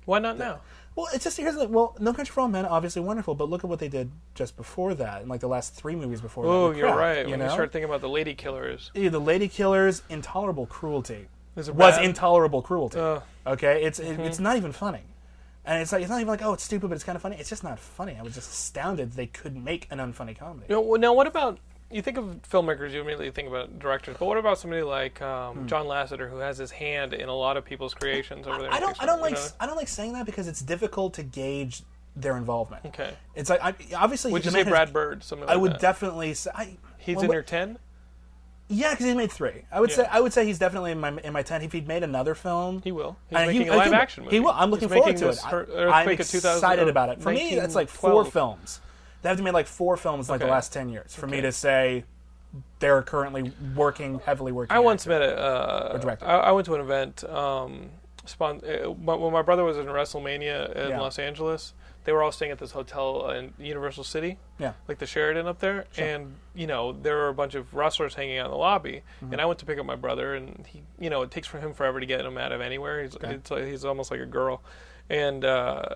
Why not now? Well, it's just here's the well, No Country for Old Men, obviously wonderful, but look at what they did just before that, and like the last three movies before. that Oh, were you're crap, right. You when know? you start thinking about the Lady Killers, Yeah, the Lady Killers, intolerable cruelty Is it was bad? Uh. Mm-hmm. intolerable cruelty. okay, it's it, it's not even funny, and it's like it's not even like oh it's stupid, but it's kind of funny. It's just not funny. I was just astounded they could make an unfunny comedy. You know, well, now, what about you think of filmmakers, you immediately think about directors, but what about somebody like um, Hmm. John Lasseter who has his hand in a lot of people's creations over there? I at don't I Pixar, don't you like know? s I don't like saying that because it's difficult to gauge their involvement. Okay. it's like I, obviously Would he you say Brad demanded- Bird? Something I like would that? definitely say I, He's well, in what- your ten. Yeah, because he's made three. I would Yeah. say I would say he's definitely in my in my ten. If he'd made another film, He will. He's Uh, making a I think live he will. action movie. He will. I'm He's looking making forward to this it. Earth- I, I'm Earthquake of 2000 excited or about it. For me, that's like four 1912. films. They have to make like four films in like Okay. the last ten years for me to say they're currently working heavily working. I once actor. met a. Uh, director. I, I went to an event. Um, spon- uh, my, when my brother was in WrestleMania in Yeah. Los Angeles, they were all staying at this hotel in Universal City, Yeah. like the Sheridan up there. And you know there were a bunch of wrestlers hanging out in the lobby, Mm-hmm. and I went to pick up my brother, and he, you know, it takes for him forever to get him out of anywhere. He's it's like, he's almost like a girl, and. Uh,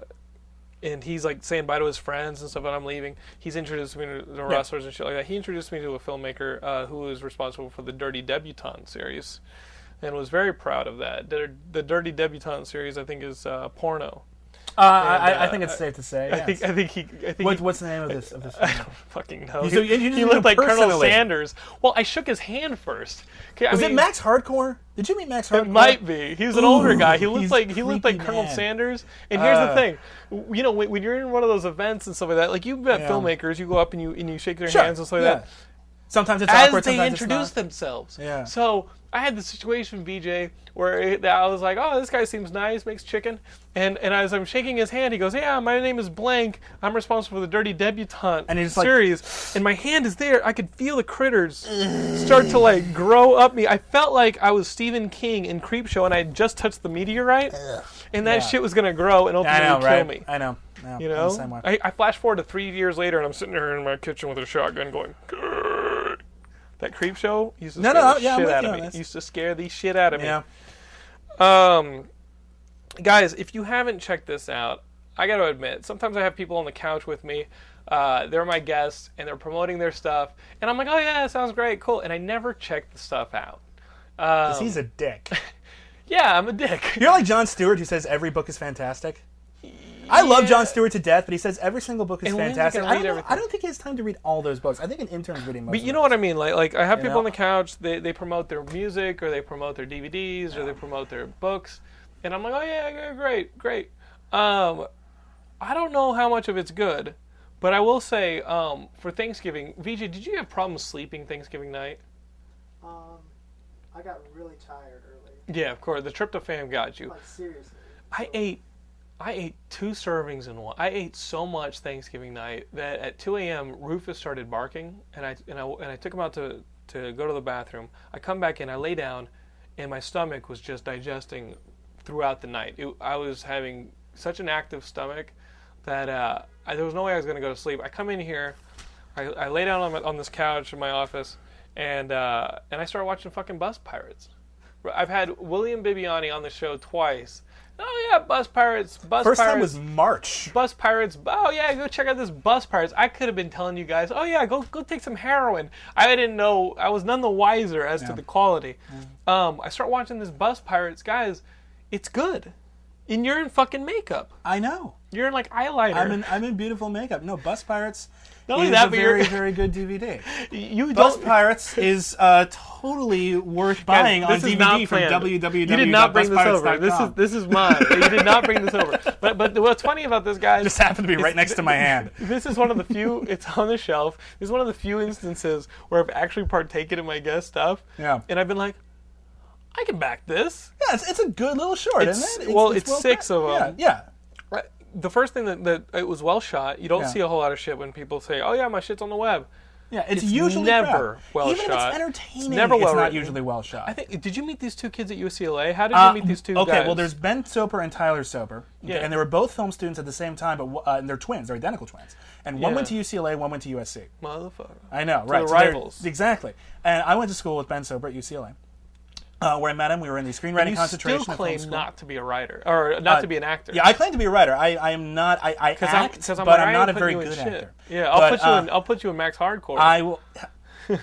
and he's like saying bye to his friends and stuff. And I'm leaving. He's introduced me to the wrestlers and shit like that. He introduced me to a filmmaker uh, who was responsible for the Dirty Debutante series. and was very proud of that. The, the Dirty Debutante series, I think, is uh, porno. Uh, I, I- I uh, think it's safe to say. I think yes. I think he. I think What, he- what's the name of this? Of this film? fucking know. So he, you- you he didn't looked know like Colonel personally. Sanders. Well, I shook his hand first. 'Kay, I was it mean, Max Hardcore? Did you meet Max Hardcore? It might be. He's an older Ooh, guy. He looked he's like he looked like creepy Colonel man. Sanders. And here's the Uh. thing, W- you know, when, when you're in one of those events and stuff like that, like you've met Yeah. filmmakers, you go up and you and you shake their Sure. hands and stuff like yeah. that Sometimes it's as awkward. they sometimes introduce it's not. themselves. Yeah. So I had the situation, BJ, where it, that I was like, "Oh, this guy seems nice, makes chicken," and and as I'm shaking his hand, he goes, "Yeah, my name is blank. I'm responsible for the Dirty Debutante And he's like- series." and my hand is there. I could feel the critters start to like grow up me. I felt like I was Stephen King in Creepshow, and I had just touched the meteorite, and that Yeah. shit was gonna grow and I ultimately know, kill right? me. I know. I know. You I'm know, the same way. I, I flash forward to three years later, and I'm sitting here in my kitchen with a shotgun, going. "Grrr." That creep show used to No, scare no, the yeah, I'm shit with out you of on me. this. Used to scare the shit out of me. yeah. Um, guys, if you haven't checked this out, I got to admit, sometimes I have people on the couch with me. Uh, they're my guests, and they're promoting their stuff, and I'm like, oh yeah, that sounds great, cool, and I never check the stuff out. Um, 'Cause he's a dick. Yeah, I'm a dick. You're like John Stewart, who says every book is fantastic. I love John Stewart to death, but he says every single book is And when's he fantastic. gonna read I don't, know- everything? I don't think he has time to read all those books. I think an intern's reading most. But of you them. know what I mean? Like, like I have people know? on the couch. They, they promote their music, or they promote their DVDs, or they promote their books, and I'm like, oh yeah, yeah, great, great. Um, I don't know how much of it's good, but I will say, um, for Thanksgiving, VJ, did you have problems sleeping Thanksgiving night? Um, I got really tired early. Yeah, of course. The tryptophan got you. Like seriously. I ate, I ate two servings in one. I ate so much Thanksgiving night that at 2 a.m. Rufus started barking, and I and I and I took him out to to go to the bathroom. I come back in, I lay down, and my stomach was just digesting throughout the night. It, I was having such an active stomach that uh, I, there was no way I was going to go to sleep. I come in here, I, I lay down on, my, on this couch in my office, and uh, and I started watching fucking Bus Pirates. I've had William Bibiani on the show twice. Oh yeah, Bus Pirates. Bus First Pirates. time was March. Bus Pirates. Oh yeah, go check out this Bus Pirates. I could have been telling you guys. Oh yeah, go go take some heroin. I didn't know. I was none the wiser as to the quality. Um, I start watching this Bus Pirates, guys. It's good, and you're in fucking makeup. I know. You're in like eyeliner. I'm in. I'm in beautiful makeup. No, Bus Pirates. Not only is that, a but you're- very very good DVD. you Bus don't. Pirates is uh, totally worth Guys, buying on this is not DVD from planned. www. You did not bring this over. This is this is mine. you did not bring this over. But but what's funny about this, guys? just happened to be right next to my hand. this is one of the few it's on the shelf this is one of the few instances where i've actually partaken in my guest stuff Yeah. and i've been like i can back this Yeah, it's, it's a good little short, It's- isn't it? well, it's six of uh, them. Yeah, Right. the first thing that, that it was well shot you don't Yeah. see a whole lot of shit when people say oh yeah my shit's on the web yeah, yeah. It's, It's usually never crap. well Even shot. if It's it's entertaining, never well it's not written. usually well shot. i think did you meet these two kids at ucla how did Uh, you meet these two okay, guys well, there's Ben Soper and Tyler Soper, Yeah. and they were both film students at the same time, but uh, and they're twins, they're identical twins, and one Yeah. went to UCLA, one went to USC. motherfucker I know, So right? they're so they're- rivals. exactly. And I went to school with Ben Soper at UCLA, uh, where I met him. We were in the screenwriting you concentration. still at film claim school. not to be a writer or not Uh, to be an actor Yeah, I claim to be a writer. I, I am not. I, I act, I'm- 'cause but like, I'm I not a ain't very putting you good in shit. actor. Yeah, I'll But, put you uh, in. I'll put you in Max Hardcore. I um, will. You'll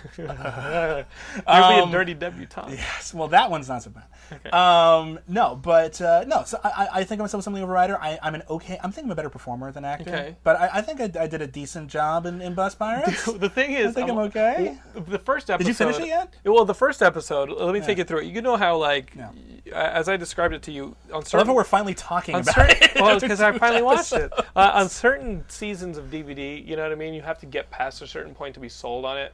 be a dirty debutante. Yes, well, that one's not so bad. Um, no, but uh, no. So I, I- I think I'm myself something of a writer. I, I'm an okay. I'm thinking I'm a better performer than actor. Okay. But I, I think I, I did a decent job in, in Bus Pirates. The thing is, think I'm okay. The first episode. you finish it yet? Well, the first episode. Let me take you through it. You know how, like, Yeah. y- as I described it to you on I love certain. how we're finally talking on about certain, it. well, because I finally watched it. Uh, on certain seasons of DVD, you know what I mean. You have to get past a certain point to be sold on it.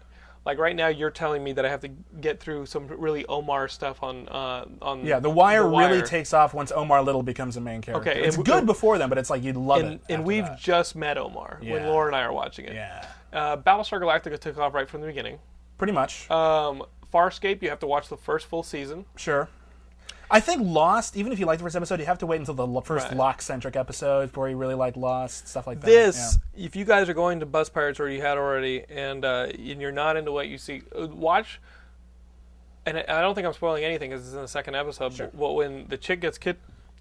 Like right now, you're telling me that I have to get through some really Omar stuff on uh, on. Yeah, The Wire, really Wire. takes off once Omar Little becomes a main character. Okay, it's and- good before then, but it's like you love it. And, after and we've that. just met Omar when Yeah. Laura and I are watching it. yeah, Uh, Battlestar Galactica took off right from the beginning. pretty much. Um, Farscape, you have to watch the first full season. Sure. I think Lost, even if you like the first episode, you have to wait until the lo- first Right. Lock centric episode before you really like Lost, stuff like that. This, if you guys are going to Bus Pirates or you had already, and uh, and you're not into what you see, uh, watch. And I I don't think I'm spoiling anything because it's in the second episode. But what- when the chick gets kid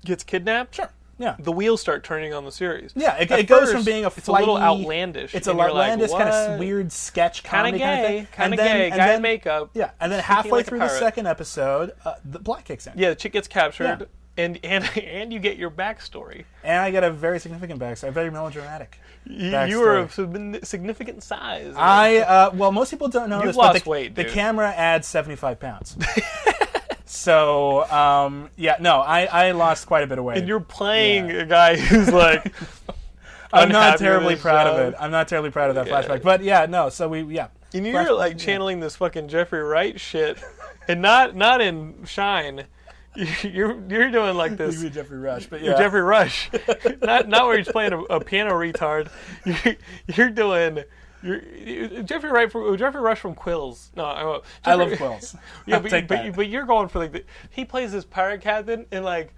gets kidnapped, Yeah. Sure. Yeah. the wheels start turning on the series. Yeah, it, At it goes first, from being a it's a little flighty- outlandish. It's a and you're like, outlandish kind "What?" of weird sketch Kinda comedy kind gay, of thing. kinda And then- gay, and guy in then- makeup, Yeah, and then speaking halfway like a through the pirate. second episode, uh, the plot kicks in. Yeah, the chick gets captured, and and and you get your backstory. and I got a very significant backstory, very melodramatic. Y- You were of sig- significant size. I uh, well, most people don't know You've this, but lost the, weight, the dude. camera adds seventy-five pounds. so um, yeah, no, I, I lost quite a bit of weight. and you're playing a guy who's like, I'm unhappy not with terribly his proud of job. it. I'm not terribly proud of that Yeah. flashback. But yeah, no. So we yeah. and Flash- you're like channeling this fucking Jeffrey Wright shit, and not not in Shine. You're you're doing like this. Maybe Jeffrey Rush, but You're yeah. Jeffrey Rush, not not where he's playing a, a piano retard. You're, you're doing. You're, you- Jeffrey Wright from Jeffrey Rush from Quills. No, I, won't. I love Jeffrey- quills. Yeah, I'll but, take but, that. but you're going for like the, he plays this pirate captain and like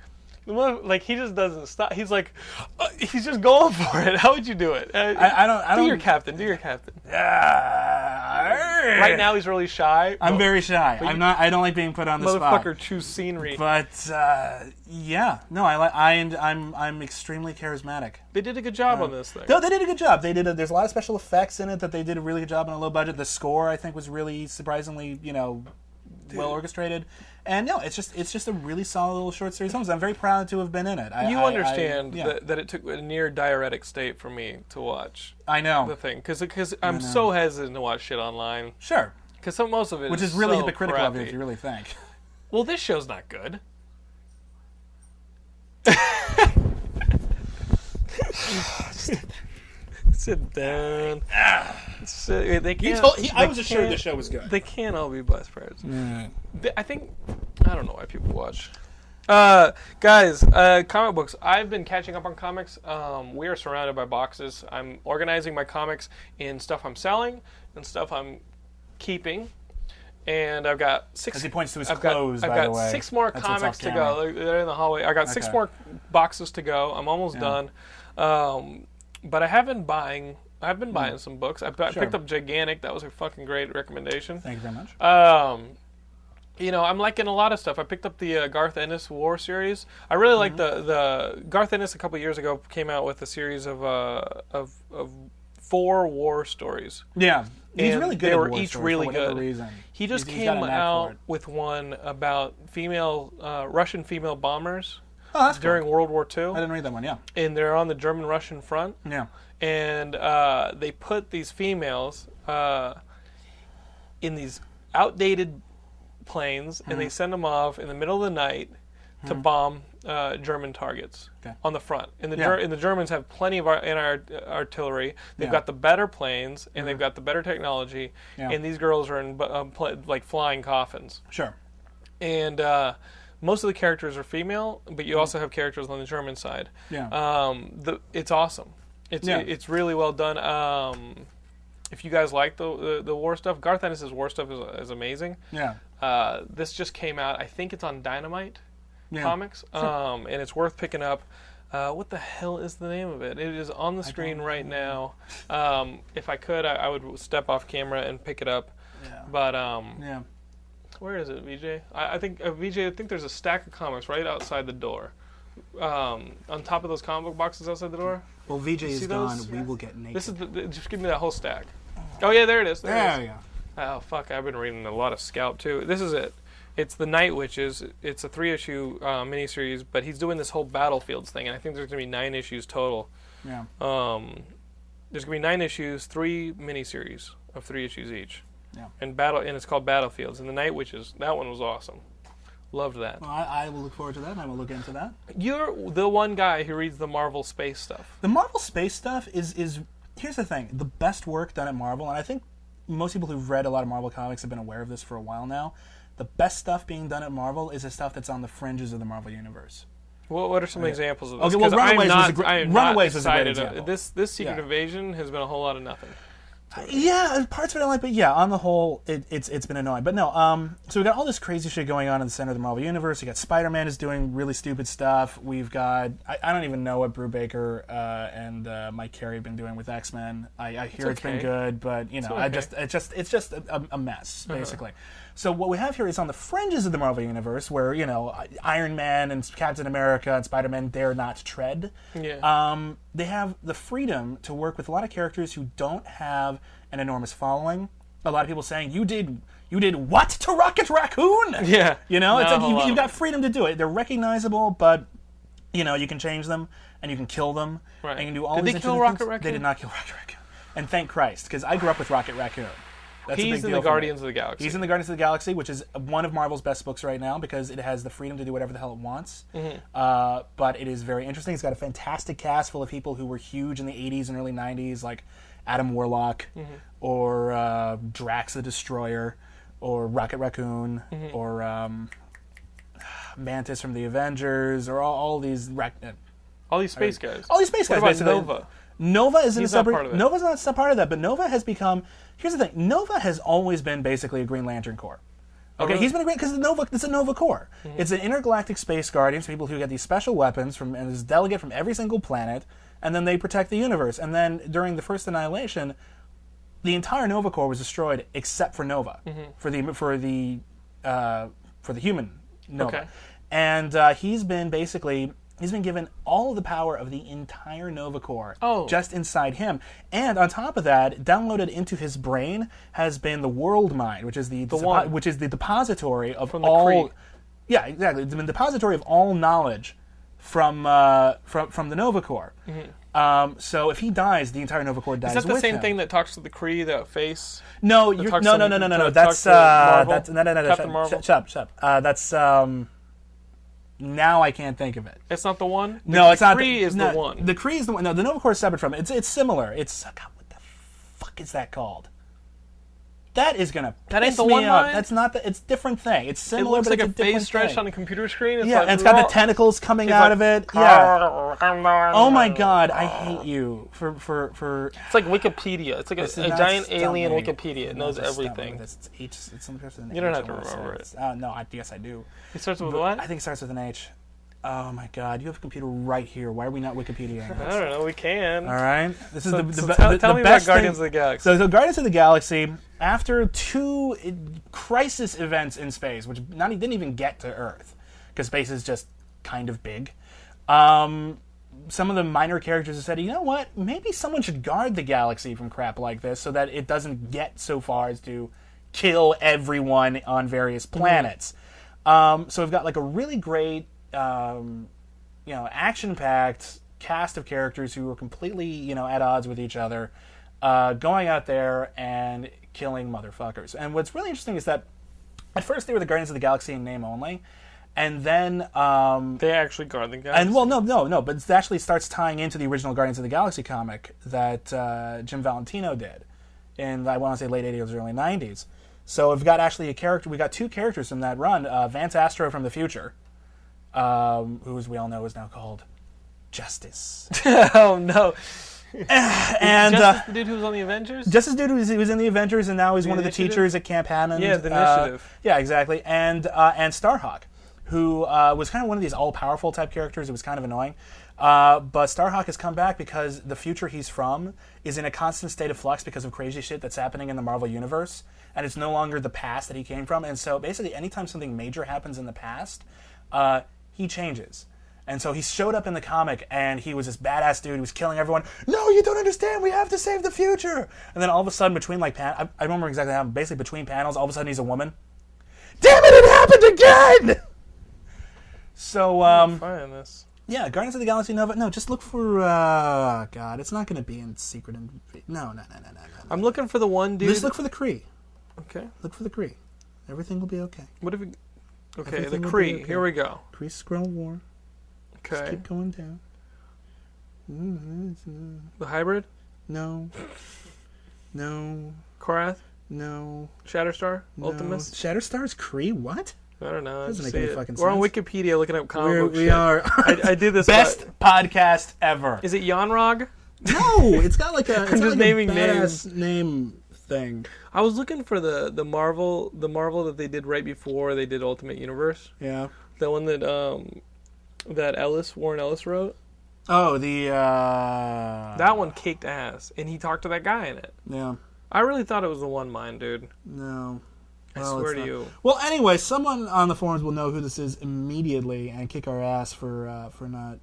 the mo- like he just doesn't stop. He's like uh, he's just going for it. How would you do it? Uh, I- I don't- I do don't- your captain. Do your captain. Yeah. Right now he's really shy. I'm Mo- very shy. I'm not. I don't like being put on the spot. motherfucker choose scenery. But uh, yeah, no, I like. I and I'm I'm extremely charismatic. they did a good job on this thing. No, they did a good job. They did. A, there's a lot of special effects in it that they did a really good job on a low budget. The score, I think, was really surprisingly, you know, well orchestrated. And no, it's just it's just a really solid little short series film. So I'm very proud to have been in it. I, you I- I- understand yeah. that, that it took a near diuretic state for me to watch I know. the thing because I'm so hesitant to watch shit online Sure, because most of it which is really so hypocritical of you crappy. if you really think. Well, this show's not good. Sit down. Sit- they can't, they can't- was good. They can't all be vice presidents. Th- I think I don't know why people watch. Uh, guys, uh, comic books. I've been catching up on comics. Um, we are surrounded by boxes. I'm organizing my comics in stuff I'm selling and stuff I'm keeping. And I've got six. As he points to his I've got- clothes, I've by got the way. six more That's what's comics off to camera. go. They're- They're in the hallway. I got six Okay. more boxes to go. I'm almost done. Um, but I have been buying. I've Hmm. been buying some books. I, I picked up Gigantic. That was a fucking great recommendation. Thank you very much. Um, you know, I'm liking a lot of stuff. I picked up the uh, Garth Ennis War series. I really like the Mm-hmm. the Garth Ennis a couple years ago came out with a series of uh, of, of four war stories. yeah, he's And really good. They at were war each stories really for whatever good. Reason. He just He's- he's got came a knack for out it. with one about female uh, Russian female bombers Oh, that's cool. during World War I Hmm. II, didn't read that one. Yeah, and they're on the German Russian front yeah. and uh, they put these females uh, in these outdated planes and Mm-hmm. they send them off in the middle of the night to bomb uh, German targets Okay. on the front. And the, Yeah. Ger- and the Germans have plenty of our, in our uh, artillery. They've Yeah. Mm-hmm. got the better planes and they've got the better technology. Yeah. And these girls are in bu- um, pl- like flying coffins Sure. and uh, most of the characters are female, but you also have characters on the German side. Yeah. Um, the it's awesome. It's Yeah. it's really well done. Um, if you guys like the, the the war stuff, Garth Ennis's war stuff is is amazing. Yeah. Uh, this just came out. I think it's on Dynamite Yeah. Comics, um, and it's worth picking up. Uh, what the hell is the name of it? It is on the screen right now. Um, if I could, I, I would step off camera and pick it up. But um, Yeah. where is it, VJ? I, I think uh, VJ. I think there's a stack of comics right outside the door, um, on top of those comic book boxes outside the door. Well, VJ is gone. those? We will get naked. This is the, the- just give me that whole stack. Oh yeah, there it is. There, there it we is. go. Oh fuck, I've been reading a lot of Scout too. This is it. It's the Night Witches. It's a three-issue uh, miniseries, but he's doing this whole battlefields thing, and I think there's gonna be nine issues total. Yeah. Um, there's gonna be nine issues, three miniseries of three issues each. Yeah. And battle, and it's called Battlefields. And the Night Witches, that one was awesome. Loved that. Well, I, I will look forward to that, and I will look into that. You're the one guy who reads the Marvel space stuff. The Marvel space stuff is is here's the thing: the best work done at Marvel, and I think most people who've read a lot of Marvel comics have been aware of this for a while now. The best stuff being done at Marvel is the stuff that's on the fringes of the Marvel universe. What, what are some examples of this? Oh, Okay, well, 'Cause I'm Runaways was a not- gr- I am Runaways not was a great excited. example. This this Secret Yeah. Invasion has been a whole lot of nothing. parts of it. Yeah, and parts of it I like, but yeah, on the whole, it, it's it's been annoying. But no, um, so we got all this crazy shit going on in the center of the Marvel universe. We got Spider Man is doing really stupid stuff. We've got I, I don't even know what Brubaker uh, and uh, Mike Carey have been doing with X Men. I, I hear it's been okay. good, but you know, I okay. Uh-huh. just it's just it's just a, a- a mess basically. So what we have here is on the fringes of the Marvel universe, where you know I- Iron Man and Captain America and Spider Man dare not tread. Yeah. Um, they have the freedom to work with a lot of characters who don't have an enormous following. A lot of people saying you did you did what to Rocket Raccoon? Yeah. You know, it's No, like you've, hello. you've got freedom to do it. They're recognizable, but you know you can change them and you can kill them Right. and you can do all Did these they kill interesting Rocket things. Raccoon? They did not kill Rocket Raccoon, and thank Christ, because I grew up with Rocket Raccoon. That's a big He's in deal the for me. Guardians of the Galaxy. He's in the Guardians of the Galaxy, which is one of Marvel's best books right now because it has the freedom to do whatever the hell it wants. Mm-hmm. Uh, but it is very interesting. It's got a fantastic cast full of people who were huge in the 80s and early 90s, like Adam Warlock Mm-hmm. or uh, Drax the Destroyer or Rocket Raccoon Mm-hmm. or um, Mantis from the Avengers or all, all these. Rac- uh, All these space guys. all these space What guys about basically. Nova? Nova isn't He's a not sub- part of it. Nova's not a sub part of that, but Nova has become. Here's the thing: Nova has always been basically a Green Lantern Corps. Okay, Oh, really? Mm-hmm. he's been a Green because the Nova. It's a Nova Corps. It's an intergalactic space guardians, people who get these special weapons from and is a delegate from every single planet, and then they protect the universe. And then during the first annihilation, the entire Nova Corps was destroyed except for Nova, Mm-hmm. for the for the uh, for the human Nova, Okay. and uh, he's been basically he's been given all of the power of the entire Nova Corps Oh. just inside him, and on top of that, downloaded into his brain has been the World Mind, which is the, depo- one. which is the depository of From the all Kree. yeah exactly it's been depository of all knowledge from uh, from from the Nova Corps. Um, so if he dies, the entire Nova Corps dies. Mm-hmm. Is that the with same him. thing that talks to the Kree, that face? No, you're, talks no, to- no, no, no, that no, no. talks That's to uh, Marvel? that's no, no, no, no. Captain shut, Marvel? Shut, shut up, shut up. Uh, that's um. Now I can't think of it. It's not the one? The no, it's not. Kree is no, the one. The Kree is the one. No, the Nova Corps is separate from it. It's it's similar. It's uh, God, what the fuck is that called? That is gonna That ain't piss the me one off. line? That's not the. It's different thing. It's it similar, looks but like it's a different face stretched thing. on a computer screen. It's Yeah, like, and it's got the "Roar." tentacles coming It's like, out of it. Yeah. Oh Oh my god, I hate you for for for. It's like Wikipedia. It's like a, This is a not giant stunning. alien Wikipedia. It knows It's not stunning. everything. It's, it's H. It's some person. You don't have to remember it. Uh, no, I yes I do. It starts with what? I think it starts with an H. Oh my god, you have a computer right here. Why are we not Wikipedia? I don't know. We can. All right. This is the, the, so be- tell- the- tell the me about best Guardians thing- of the Galaxy. So, so Guardians of the Galaxy, after two eh, crisis events in space, which not e-, didn't even get to Earth, because space is just kind of big. Um, some of the minor characters have said, you know what? Maybe someone should guard the galaxy from crap like this, so that it doesn't get so far as to kill everyone on Mm. various planets. Um, so we've got like a really great. Um, you know, action-packed cast of characters who are completely, you know, at odds with each other, uh, going out there and killing motherfuckers. And what's really interesting is that at first they were the Guardians of the Galaxy in name only, and then um, They actually guard the guy. and well, no, no, no, but it actually starts tying into the original Guardians of the Galaxy comic that uh, Jim Valentino did in I want to say late '80s, early '90s. So we've got actually a character. We got two characters from that run: uh, Vance Astro from the future, um, who, as we all know, is now called Justice, oh no. and Just uh, the dude who was on the Avengers. Justice dude who was, he was in the Avengers and now he's one of the Initiative? teachers at Camp Hammond. Yeah, the Uh, Initiative. yeah, exactly. And uh, and Starhawk, who uh, was kind of one of these all powerful type characters. It was kind of annoying. Uh, but Starhawk has come back because the future he's from is in a constant state of flux because of crazy shit that's happening in the Marvel universe, and it's no longer the past that he came from. And so basically, anytime something major happens in the past, uh, he changes. And so he showed up in the comic, and he was this badass dude who was killing everyone. No, you don't understand. We have to save the future. And then all of a sudden, between like pan, I, I don't remember exactly how. Basically, between panels, all of a sudden he's a woman. Damn it! It happened again. So um, Fine, this. yeah, Guardians of the Galaxy Nova. No, just look for. Uh, God, it's not going to be in Secret. Inv- no, no, no, no, no, no. I'm looking for the one dude. Just look for the Kree. okay. Look for the Kree. Everything will be okay. What if? We... Okay, Everything the will be Kree. okay. Here we go. Kree Skrull War. Okay, Keep going down. the hybrid, No. No. Korath, No. Shatterstar, No. Ultimus. Shatterstar's Kree? What? I don't know. I Doesn't just make see any it. fucking We're on sense. Oh, Wikipedia looking up comic We're, book we shit. are I, I did this. best by- podcast ever. Is it Yanrog? No, it's got like a. It's got just like a naming badass name thing. I was looking for the the Marvel the Marvel that they did right before they did Ultimate Universe. Yeah. The one that um that Ellis Warren Ellis wrote. Oh, the. uh That one caked ass, and he talked to that guy in it. Yeah. I really thought it was the one mine, dude. No. I Well, swear it's to not. you. Well, anyway, someone on the forums will know who this is immediately and kick our ass for uh, for not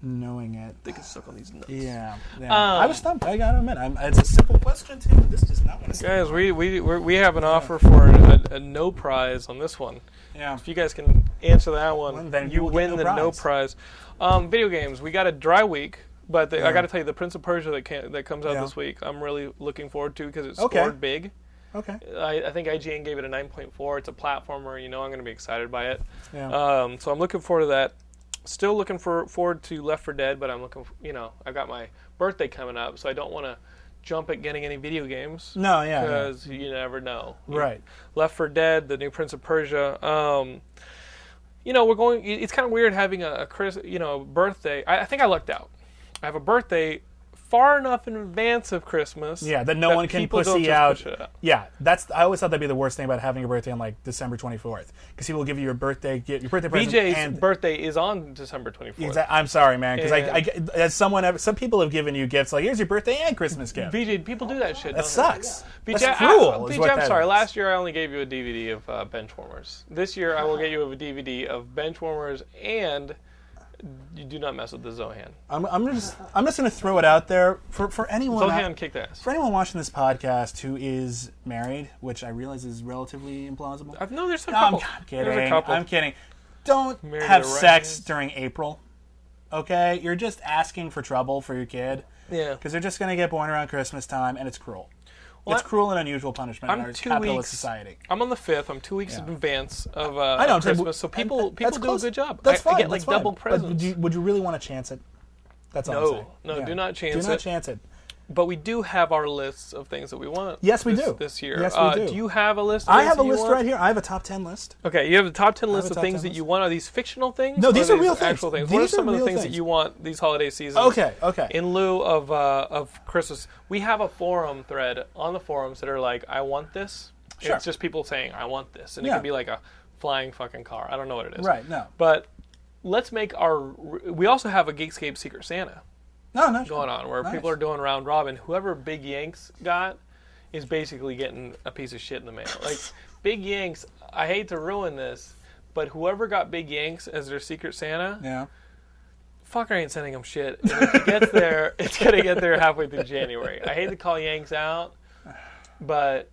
knowing it. They can suck on these nuts. Yeah. yeah. Um, I was stumped. I gotta admit, I'm, it's a simple question too. but This does not want to. Guys, we we we're, we have an offer for a, a no prize on this one. Yeah. If you guys can answer that one, Well, then you you will get win no the no prize. Um, video games. We got a dry week, but the, I got to tell you, the Prince of Persia that can, that comes out Yeah. this week, I'm really looking forward to because it scored Okay. big. Okay. I, I think IGN gave it a 9.4. It's a platformer. You know, I'm going to be excited by it. Yeah. Um, so I'm looking forward to that. Still looking for, forward to Left for Dead, but I'm looking. f you know, I've got my birthday coming up, so I don't want to jump at getting any video games. No, yeah, yeah. Because you never know. Right. Left for Dead, the new Prince of Persia. Um, you know, we're going. it- It's kind of weird having a, a Chris, you know, birthday. I, I think I lucked out. I have a birthday far enough in advance of Christmas. Yeah, that no one can people don't pussy just out. push it out. Yeah, that's. I always thought that'd be the worst thing about having a birthday on like December 24th, because he will give you your birthday, get your birthday present. BJ's and, birthday is on December 24th. Exa- I'm sorry, man, because And- I, I, as someone, ever- some people have given you gifts like here's your birthday and Christmas gift. BJ, people do that shit. don't they? that sucks. BJ, That's I- cruel. is BJ, what I'm that sorry. is. Last year I only gave you a DVD of uh, Benchwarmers. This year I will get you a DVD of Benchwarmers and you do not mess with the Zohan. I'm, I'm just, I'm just gonna throw it out there for for anyone. out- Zohan kicked ass. for anyone watching this podcast who is married, which I realize is relatively implausible. I've- no, there's a No, I'm, couple. I'm There's a kidding. couple. I'm kidding. Don't Married have to the sex Russians. during April. Okay, you're just asking for trouble for your kid. Yeah. because they're just going to get born around Christmas time, and it's cruel. it's I- cruel and unusual punishment I'm in our two capitalist weeks- society. I'm on the fifth. I'm two weeks Yeah. in advance of, uh, I know. of I'm saying- Christmas, so and people that- people that's do close. a good job. That's I, fine. I get like that's fine. double But presents. Would you, would you really want to chance it? That's all. I'm No. saying. No, do not chance Do it. not chance it. But we do have our lists of things that we want. Yes, we this- do. This year. Yes, we uh, do. you have a list? Of I things have a that you list want? right here. I have a top ten list. Okay, you have the top ten list of have a top things 10 that list. you want. Are these fictional things? No, or these are real things. Actual things. what are These are some of the real things, that things. you want these holiday seasons? Okay, okay. In lieu of uh, of Christmas, we have a forum thread on the forums that are like, "I want this." Sure. It's just people saying, "I want this," and it Yeah. can be like a flying fucking car. I don't know what it is. Right, no. But let's make our. We also have a Geekscape Secret Santa No, no. going on where Nice. people are doing round robin. Whoever Big Yanks got is basically getting a piece of shit in the mail. Like Big Yanks, I hate to ruin this, but whoever got Big Yanks as their secret Santa, Yeah. fucker ain't sending them shit. And if it gets there, it's gonna get there halfway through January. I hate to call Yanks out, but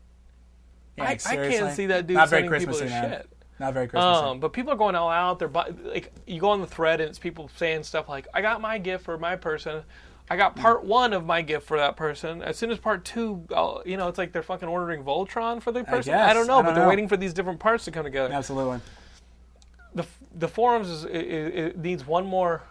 I, I Like, seriously? can't see that dude Not very sending Christmassy, people man. to shit. Not very Christmassy. Um, but people are going all out. They're bu- like, you go on the thread and it's people saying stuff like, "I got my gift for my person. I got part one of my gift for that person. As soon as part 2 I'll, you know, it's like they're fucking ordering Voltron for the person. guess. don't know, I but don't they're know. waiting for these different parts to come together. Absolutely. The the forums is, it, it, it needs one more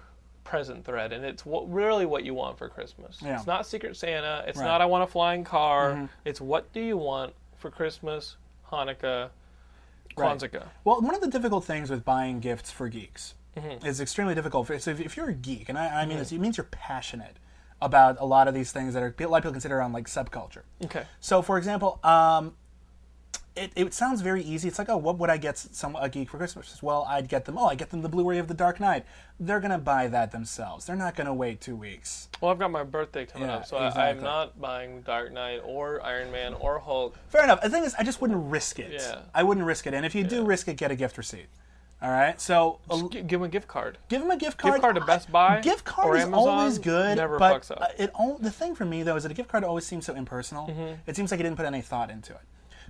present thread, and it's what, really what you want for Christmas. Yeah. It's not Secret Santa. It's Right. Mm-hmm. not I want a flying car. It's what do you want for Christmas, Hanukkah, Right. Kwanzaa. Well, one of the difficult things with buying gifts for geeks Mm-hmm. is extremely difficult. So if, if you're a geek, and I, I mean this, it means you're passionate about a lot of these things that are a lot of people consider on like subculture. Okay. So, for example, um, it, it sounds very easy. It's like, oh, what would I get some a geek for Christmas? Well, I'd get them. Oh, I get them the Blu-ray of The Dark Knight. They're gonna buy that themselves. They're not gonna wait two weeks. Well, I've got my birthday coming Yeah, up, so I I'm exactly. not buying Dark Knight or Iron Man or Hulk. Fair enough. The thing is, I just wouldn't risk it. Yeah. I wouldn't risk it. And if you do risk it, get a gift receipt. All right. So a G- give him a gift card. Give him a gift card. Gift card to Best Buy Gift card or is Amazon always good, never but fucks up. uh, it al- the thing for me though is that a gift card always seems so impersonal. Mm-hmm. It seems like he didn't put any thought into it.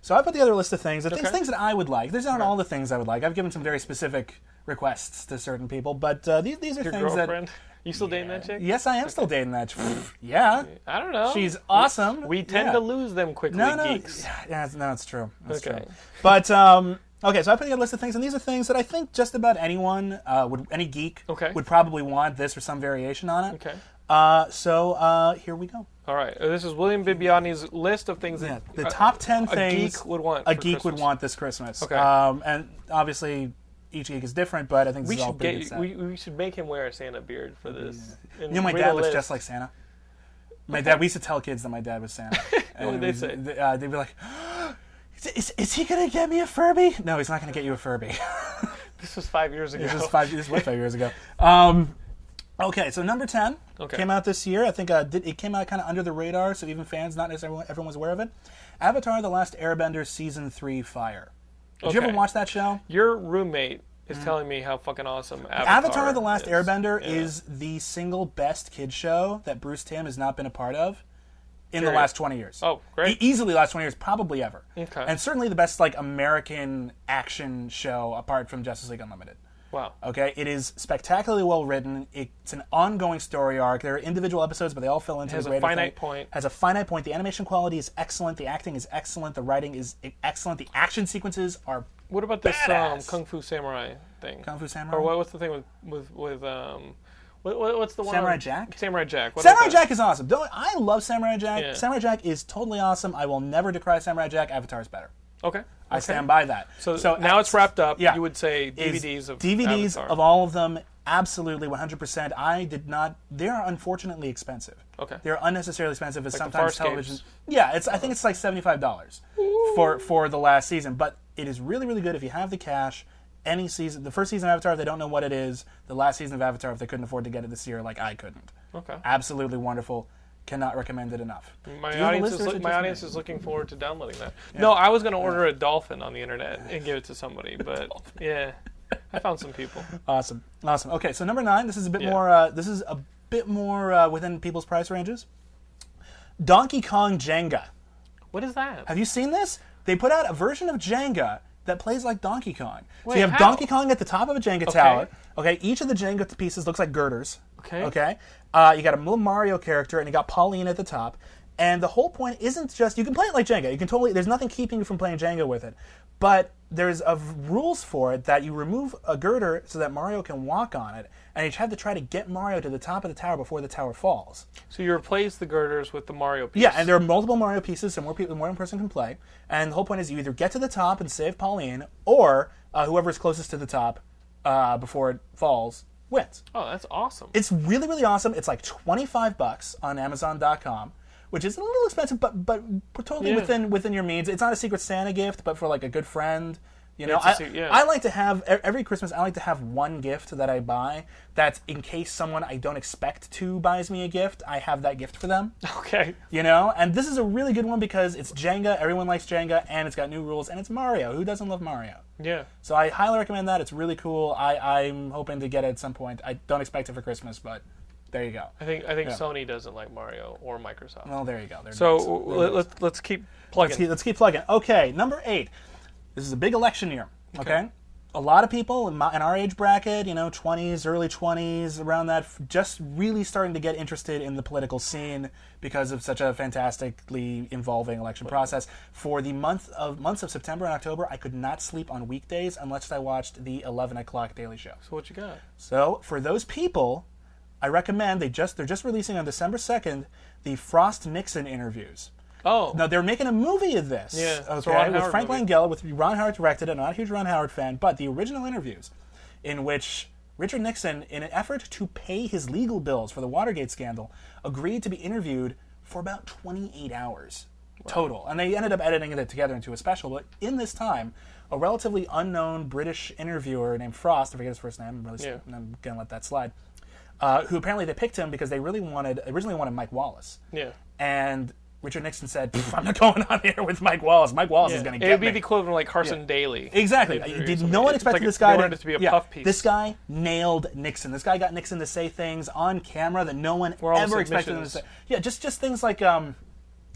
So I put the other list of things, the things, Okay. things that I would like. There's not all the things I would like. I've given some very specific requests to certain people, but uh, these, these are Your things girlfriend. that. you still dating that chick? Yes, I am still dating that. ch- yeah, I don't know. she's awesome. We tend Yeah. to lose them quickly, No, no, geeks. yeah, yeah, it's- no, it's true. That's Okay. true. But um, okay, so I put together a list of things, and these are things that I think just about anyone uh, would, any geek Okay. would probably want this or some variation on it. Okay. Uh, so uh, here we go. All right. uh, This is William Bibiani's list of things Yeah, that the uh, top ten a things geek would want a for geek would Christmas. want this Christmas. Okay. Um, and obviously, each geek is different, but I think this We is all should pretty good get set. we, we should make him wear a Santa beard for this. you know, my dad looks just like Santa. My dad. We used to tell kids that my dad was Santa. And did they it was- say? th- Uh, they'd be like, is, is, "Is he gonna get me a Furby?" No, he's not gonna get you a Furby. This was five years ago. this was five. This was five years ago. Um, okay, so number ten Okay. came out this year. I think uh, did, it came out kind of under the radar, so even fans, not necessarily everyone, everyone was aware of it. Avatar: The Last Airbender season three fire. Did you Okay. ever watch that show? Your roommate is telling me how fucking awesome Avatar. Avatar: The Last is. Airbender is the single best kid show that Bruce Tim has not been a part of in Period. the last 20 years. Oh, great. E- easily last 20 years, probably ever. Okay. And certainly the best like American action show apart from Justice League Unlimited. Wow. Okay, it is spectacularly well written. It's an ongoing story arc. There are individual episodes, but they all fill into has the a greater finite thing. point. Has a finite point. The animation quality is excellent. The acting is excellent. The writing is excellent. The action sequences are What about this um, Badass. Kung Fu Samurai thing? Kung Fu Samurai. Or what, what's the thing with with with um, what, what, what's the one? Samurai on- Jack? Samurai Jack. What Samurai about that? Jack is awesome. Don't I love Samurai Jack? Yeah. Samurai Jack is totally awesome. I will never decry Samurai Jack. Avatar is better. Okay. I stand by that. So, now it's wrapped up. yeah. You would say is DVDs of DVDs Avatar. of all of them. Absolutely, 100%. I did not. They are unfortunately expensive. Okay. They're unnecessarily expensive. As the sometimes Farscapes. television. Yeah, it's. I think it's like seventy-five dollars for for the last season. But it is really really good if you have the cash. Any season, the first season of Avatar, if they don't know what it is. The last season of Avatar, if they couldn't afford to get it this year, like I couldn't. Okay. Absolutely wonderful. Cannot recommend it enough. Do My you have a audience, list is or look- it my just audience me? is looking forward to downloading that. No, I was going to order a dolphin on the internet and give it to somebody, but yeah, I found some people. Awesome, awesome. Okay, so number nine. This is a bit Yeah. more. Uh, this is a bit more uh, within people's price ranges. Donkey Kong Jenga. What is that? Have you seen this? They put out a version of Jenga that plays like Donkey Kong. so Wait, you have how? Donkey Kong at the top of a Jenga tower. Okay, each of the Jenga pieces looks like girders. Okay. Okay. Uh, you got a little Mario character, and you got Pauline at the top. And the whole point isn't just you can play it like Jenga. You can totally. There's nothing keeping you from playing Jenga with it, but there's a v- rules for it that you remove a girder so that Mario can walk on it, and you have to try to get Mario to the top of the tower before the tower falls. So you replace the girders with the Mario piece. Yeah, and there are multiple Mario pieces, so more people, more one person can play. And the whole point is, you either get to the top and save Pauline, or uh, whoever is closest to the top uh, before it falls wins. Oh, that's awesome. It's really, really awesome. It's like twenty-five bucks on Amazon.com, which is a little expensive, but but totally Yeah. within within your means. It's not a Secret Santa gift, but for like a good friend. You know, It's a I, se- yeah. I like to have e- every Christmas. I like to have one gift that I buy. That's in case someone I don't expect to buys me a gift. I have that gift for them. okay. You know, and this is a really good one because it's Jenga. Everyone likes Jenga, and it's got new rules, and it's Mario. Who doesn't love Mario? Yeah. So I highly recommend that. It's really cool. I, I'm hoping to get it at some point. I don't expect it for Christmas, but there you go. I think I think Sony doesn't like Mario or Microsoft. Well, there you go. There it so is. There it let, is. let's let's keep let's plugging. keep, let's keep plugging. Okay, number eight. This is a big election year. Okay. A lot of people in, my, in our age bracket, you know, 20s, early 20s, around that, f- just really starting to get interested in the political scene because of such a fantastically involving election process. For the month of months of September and October, I could not sleep on weekdays unless I watched the 11 o'clock Daily Show. so what you got? So for those people, I recommend they just they're just releasing on December 2nd the Frost Nixon interviews. Oh, No, they're making a movie of this. Yeah, it's a okay, Ron with Howard Frank movie. Langella, with Ron Howard directed. I'm not a huge Ron Howard fan, but the original interviews, in which Richard Nixon, in an effort to pay his legal bills for the Watergate scandal, agreed to be interviewed for about 28 hours total, and they ended up editing it together into a special. But in this time, a relatively unknown British interviewer named Frost, I forget his first name. I'm really, Yeah. I'm gonna let that slide. Uh, who apparently they picked him because they really wanted originally wanted Mike Wallace. yeah. And Richard Nixon said, "Pff, "I'm not going on here with Mike Wallace. Mike Wallace is going to it get would me." be the equivalent of like Carson Daily. exactly. Like, I- or Did something. no one It's expected like this guy? They wanted it to be a yeah, puff piece. This guy nailed Nixon. This guy got Nixon to say things on camera that no one We're all ever expected him to say. submissions. Yeah, just just things like, um,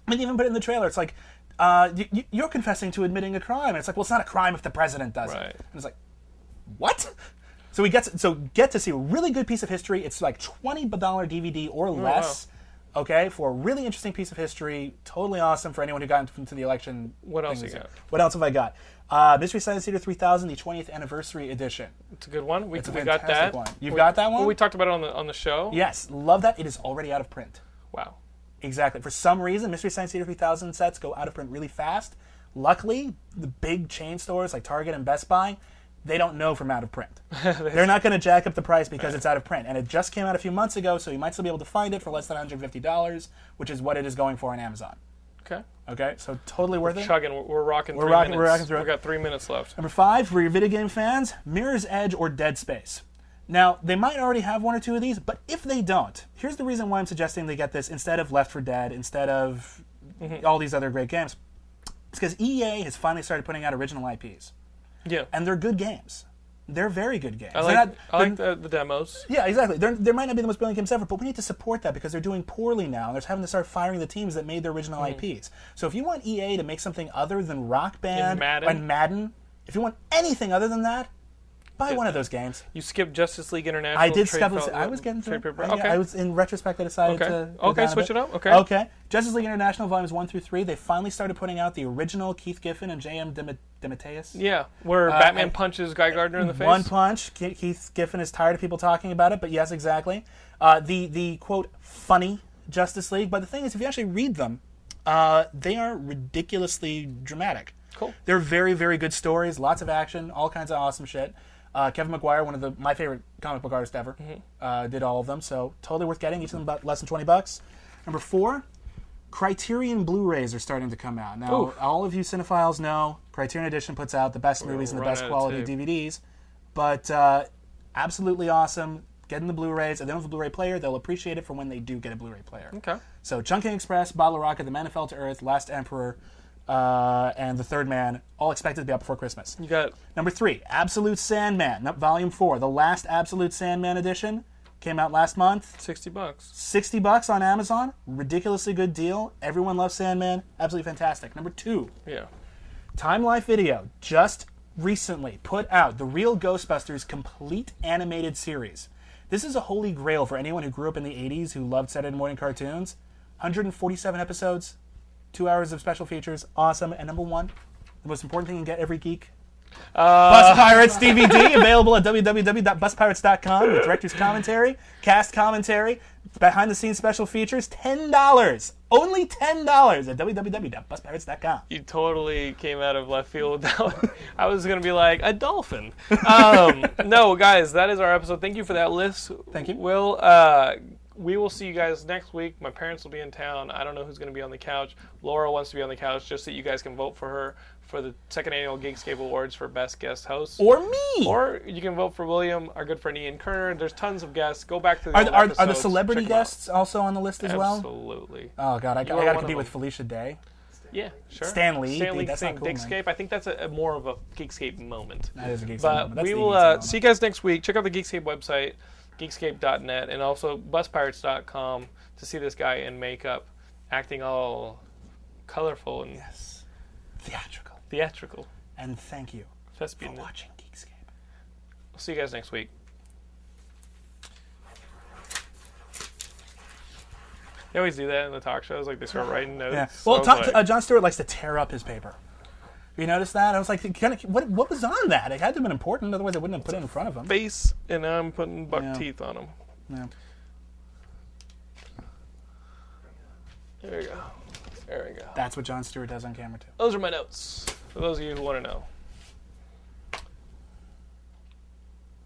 I mean, even put it in the trailer. It's like, uh, y- y- you're confessing to admitting a crime. And it's like, well, it's not a crime if the president does it. Right. And it's like, what? So we get to, so get to see a really good piece of history. It's like twenty dollar DVD Oh, or less. Okay, for a really interesting piece of history, totally awesome for anyone who got into the election. What else you thing this year. got? What else have I got? Uh, Mystery Science Theater 3000, the 20th anniversary edition. It's a good one. We, It's a we got fantastic that. one. You've We- got that one? Well, we talked about it on the on the show. Yes, love that. It is already out of print. Wow. Exactly. For some reason, Mystery Science Theater 3000 sets go out of print really fast. Luckily, the big chain stores like Target and Best Buy they don't know from out of print. They're not going to jack up the price because it's out of print. And it just came out a few months ago, so you might still be able to find it for less than $150, which is what it is going for on Amazon. Okay. Okay, so totally worth it. Chugging. We're, we're rocking. We're three rocking- Minutes. we're rocking through it. Um, We've got three minutes left. Number five, for your video game fans, Mirror's Edge or Dead Space. Now, they might already have one or two of these, but if they don't, here's the reason why I'm suggesting they get this instead of Left for Dead, instead of Mm-hmm. all these other great games. It's because EA has finally started putting out original IPs, Yeah. and they're good games. They're very good games. I They're like, not- I they're- like the, the demos. yeah, exactly. They're, they might not be the most brilliant games ever, but we need to support that because they're doing poorly now. and They're having to start firing the teams that made their Hmm. original IPs. So if you want EA to make something other than Rock Band Madden. and Madden, if you want anything other than that, buy one of those games. You skipped Justice League International. I did Trade skip. Fel- I was getting through. Trade paper. I, Okay. I was in retrospect. I decided Okay. to. go Okay, down a switch bit. it up. Okay. Okay. Justice League International volumes one through three. They finally started putting out the original Keith Giffen and J.M. Dema- DeMatteis. yeah, where Batman and- punches Guy Gardner in the face. Uh, One Punch. Ke- Keith Giffen is tired of people talking about it, but yes, exactly. Uh, the the quote funny Justice League, but the thing is, if you actually read them, uh, they are ridiculously dramatic. Cool. They're very very good stories, lots of action, all kinds of awesome shit. Uh, Kevin McGuire, one of the my favorite comic book artists ever, Mm-hmm. uh, did all of them, so totally worth getting. Each of them about less than twenty bucks. Number four, Criterion Blu-rays are starting to come out now. Ooh. All of you cinephiles know Criterion Edition puts out the best movies and the run best out of quality tape. DVDs, but uh, absolutely awesome. Getting the Blu-rays. If they don't have a Blu-ray player, they'll appreciate it for when they do get a Blu-ray player. Okay. So Chunking Express, Bottle Rocket, The Man Who Fell to Earth, Last Emperor, uh, and The Third Man, all expected to be out before Christmas. You got Number three, Absolute Sandman, no, Volume Four, the last Absolute Sandman edition, came out last month. sixty bucks. 60 bucks on Amazon. Ridiculously good deal. Everyone loves Sandman. Absolutely fantastic. Number two, Yeah. Time Life Video just recently put out the Real Ghostbusters complete animated series. This is a holy grail for anyone who grew up in the 80s who loved Saturday morning cartoons. 147 episodes, two hours of special features. Awesome. And number one, the most important thing you can get every geek. Bus Pirates DVD available at www.buspirates.com with director's commentary, cast commentary, behind the scenes special features. $10. Only $10 at www.buspirates.com. You totally came out of left field. I was gonna be like a dolphin. Um, no, guys, that is our episode. Thank you for that list. Thank you. Will uh, we will see you guys next week. My parents will be in town. I don't know who's gonna be on the couch. Laura wants to be on the couch just so you guys can vote for her for the second annual Geekscape Awards for best guest host. Or me. Or you can vote for William, our good friend Ian Kerner. There's tons of guests. Go back to the Are, old are, are the episodes, celebrity check 'em out. guests also on the list as well? Absolutely. Oh god, I, I are got one to of compete with them. Felicia Day. yeah, sure. Stan Lee, Stan dude, Lee that's saying not cool, man. Dickscape. I think that's a, a more of a Geekscape moment. That is a geek. But we will uh, see you guys next week. Check out the Geekscape website, geekscape.net, and also buspirates.com to see this guy in makeup acting all colorful and Yes. Theatrical. theatrical. And thank you for Thespian. watching Geekscape. See you guys next week. They always do that in the talk shows, like they start writing notes. Yeah. So Well, it's Tom, like- uh, John Stewart likes to tear up his paper. You notice that? I was like, kind of, what, what was on that? It had to have been important, otherwise I wouldn't have put it in front of him. face, and now I'm putting buck Yeah. teeth on them. Yeah. There we go. There we go. That's what John Stewart does on camera too. Those are my notes. For those of you who want to know.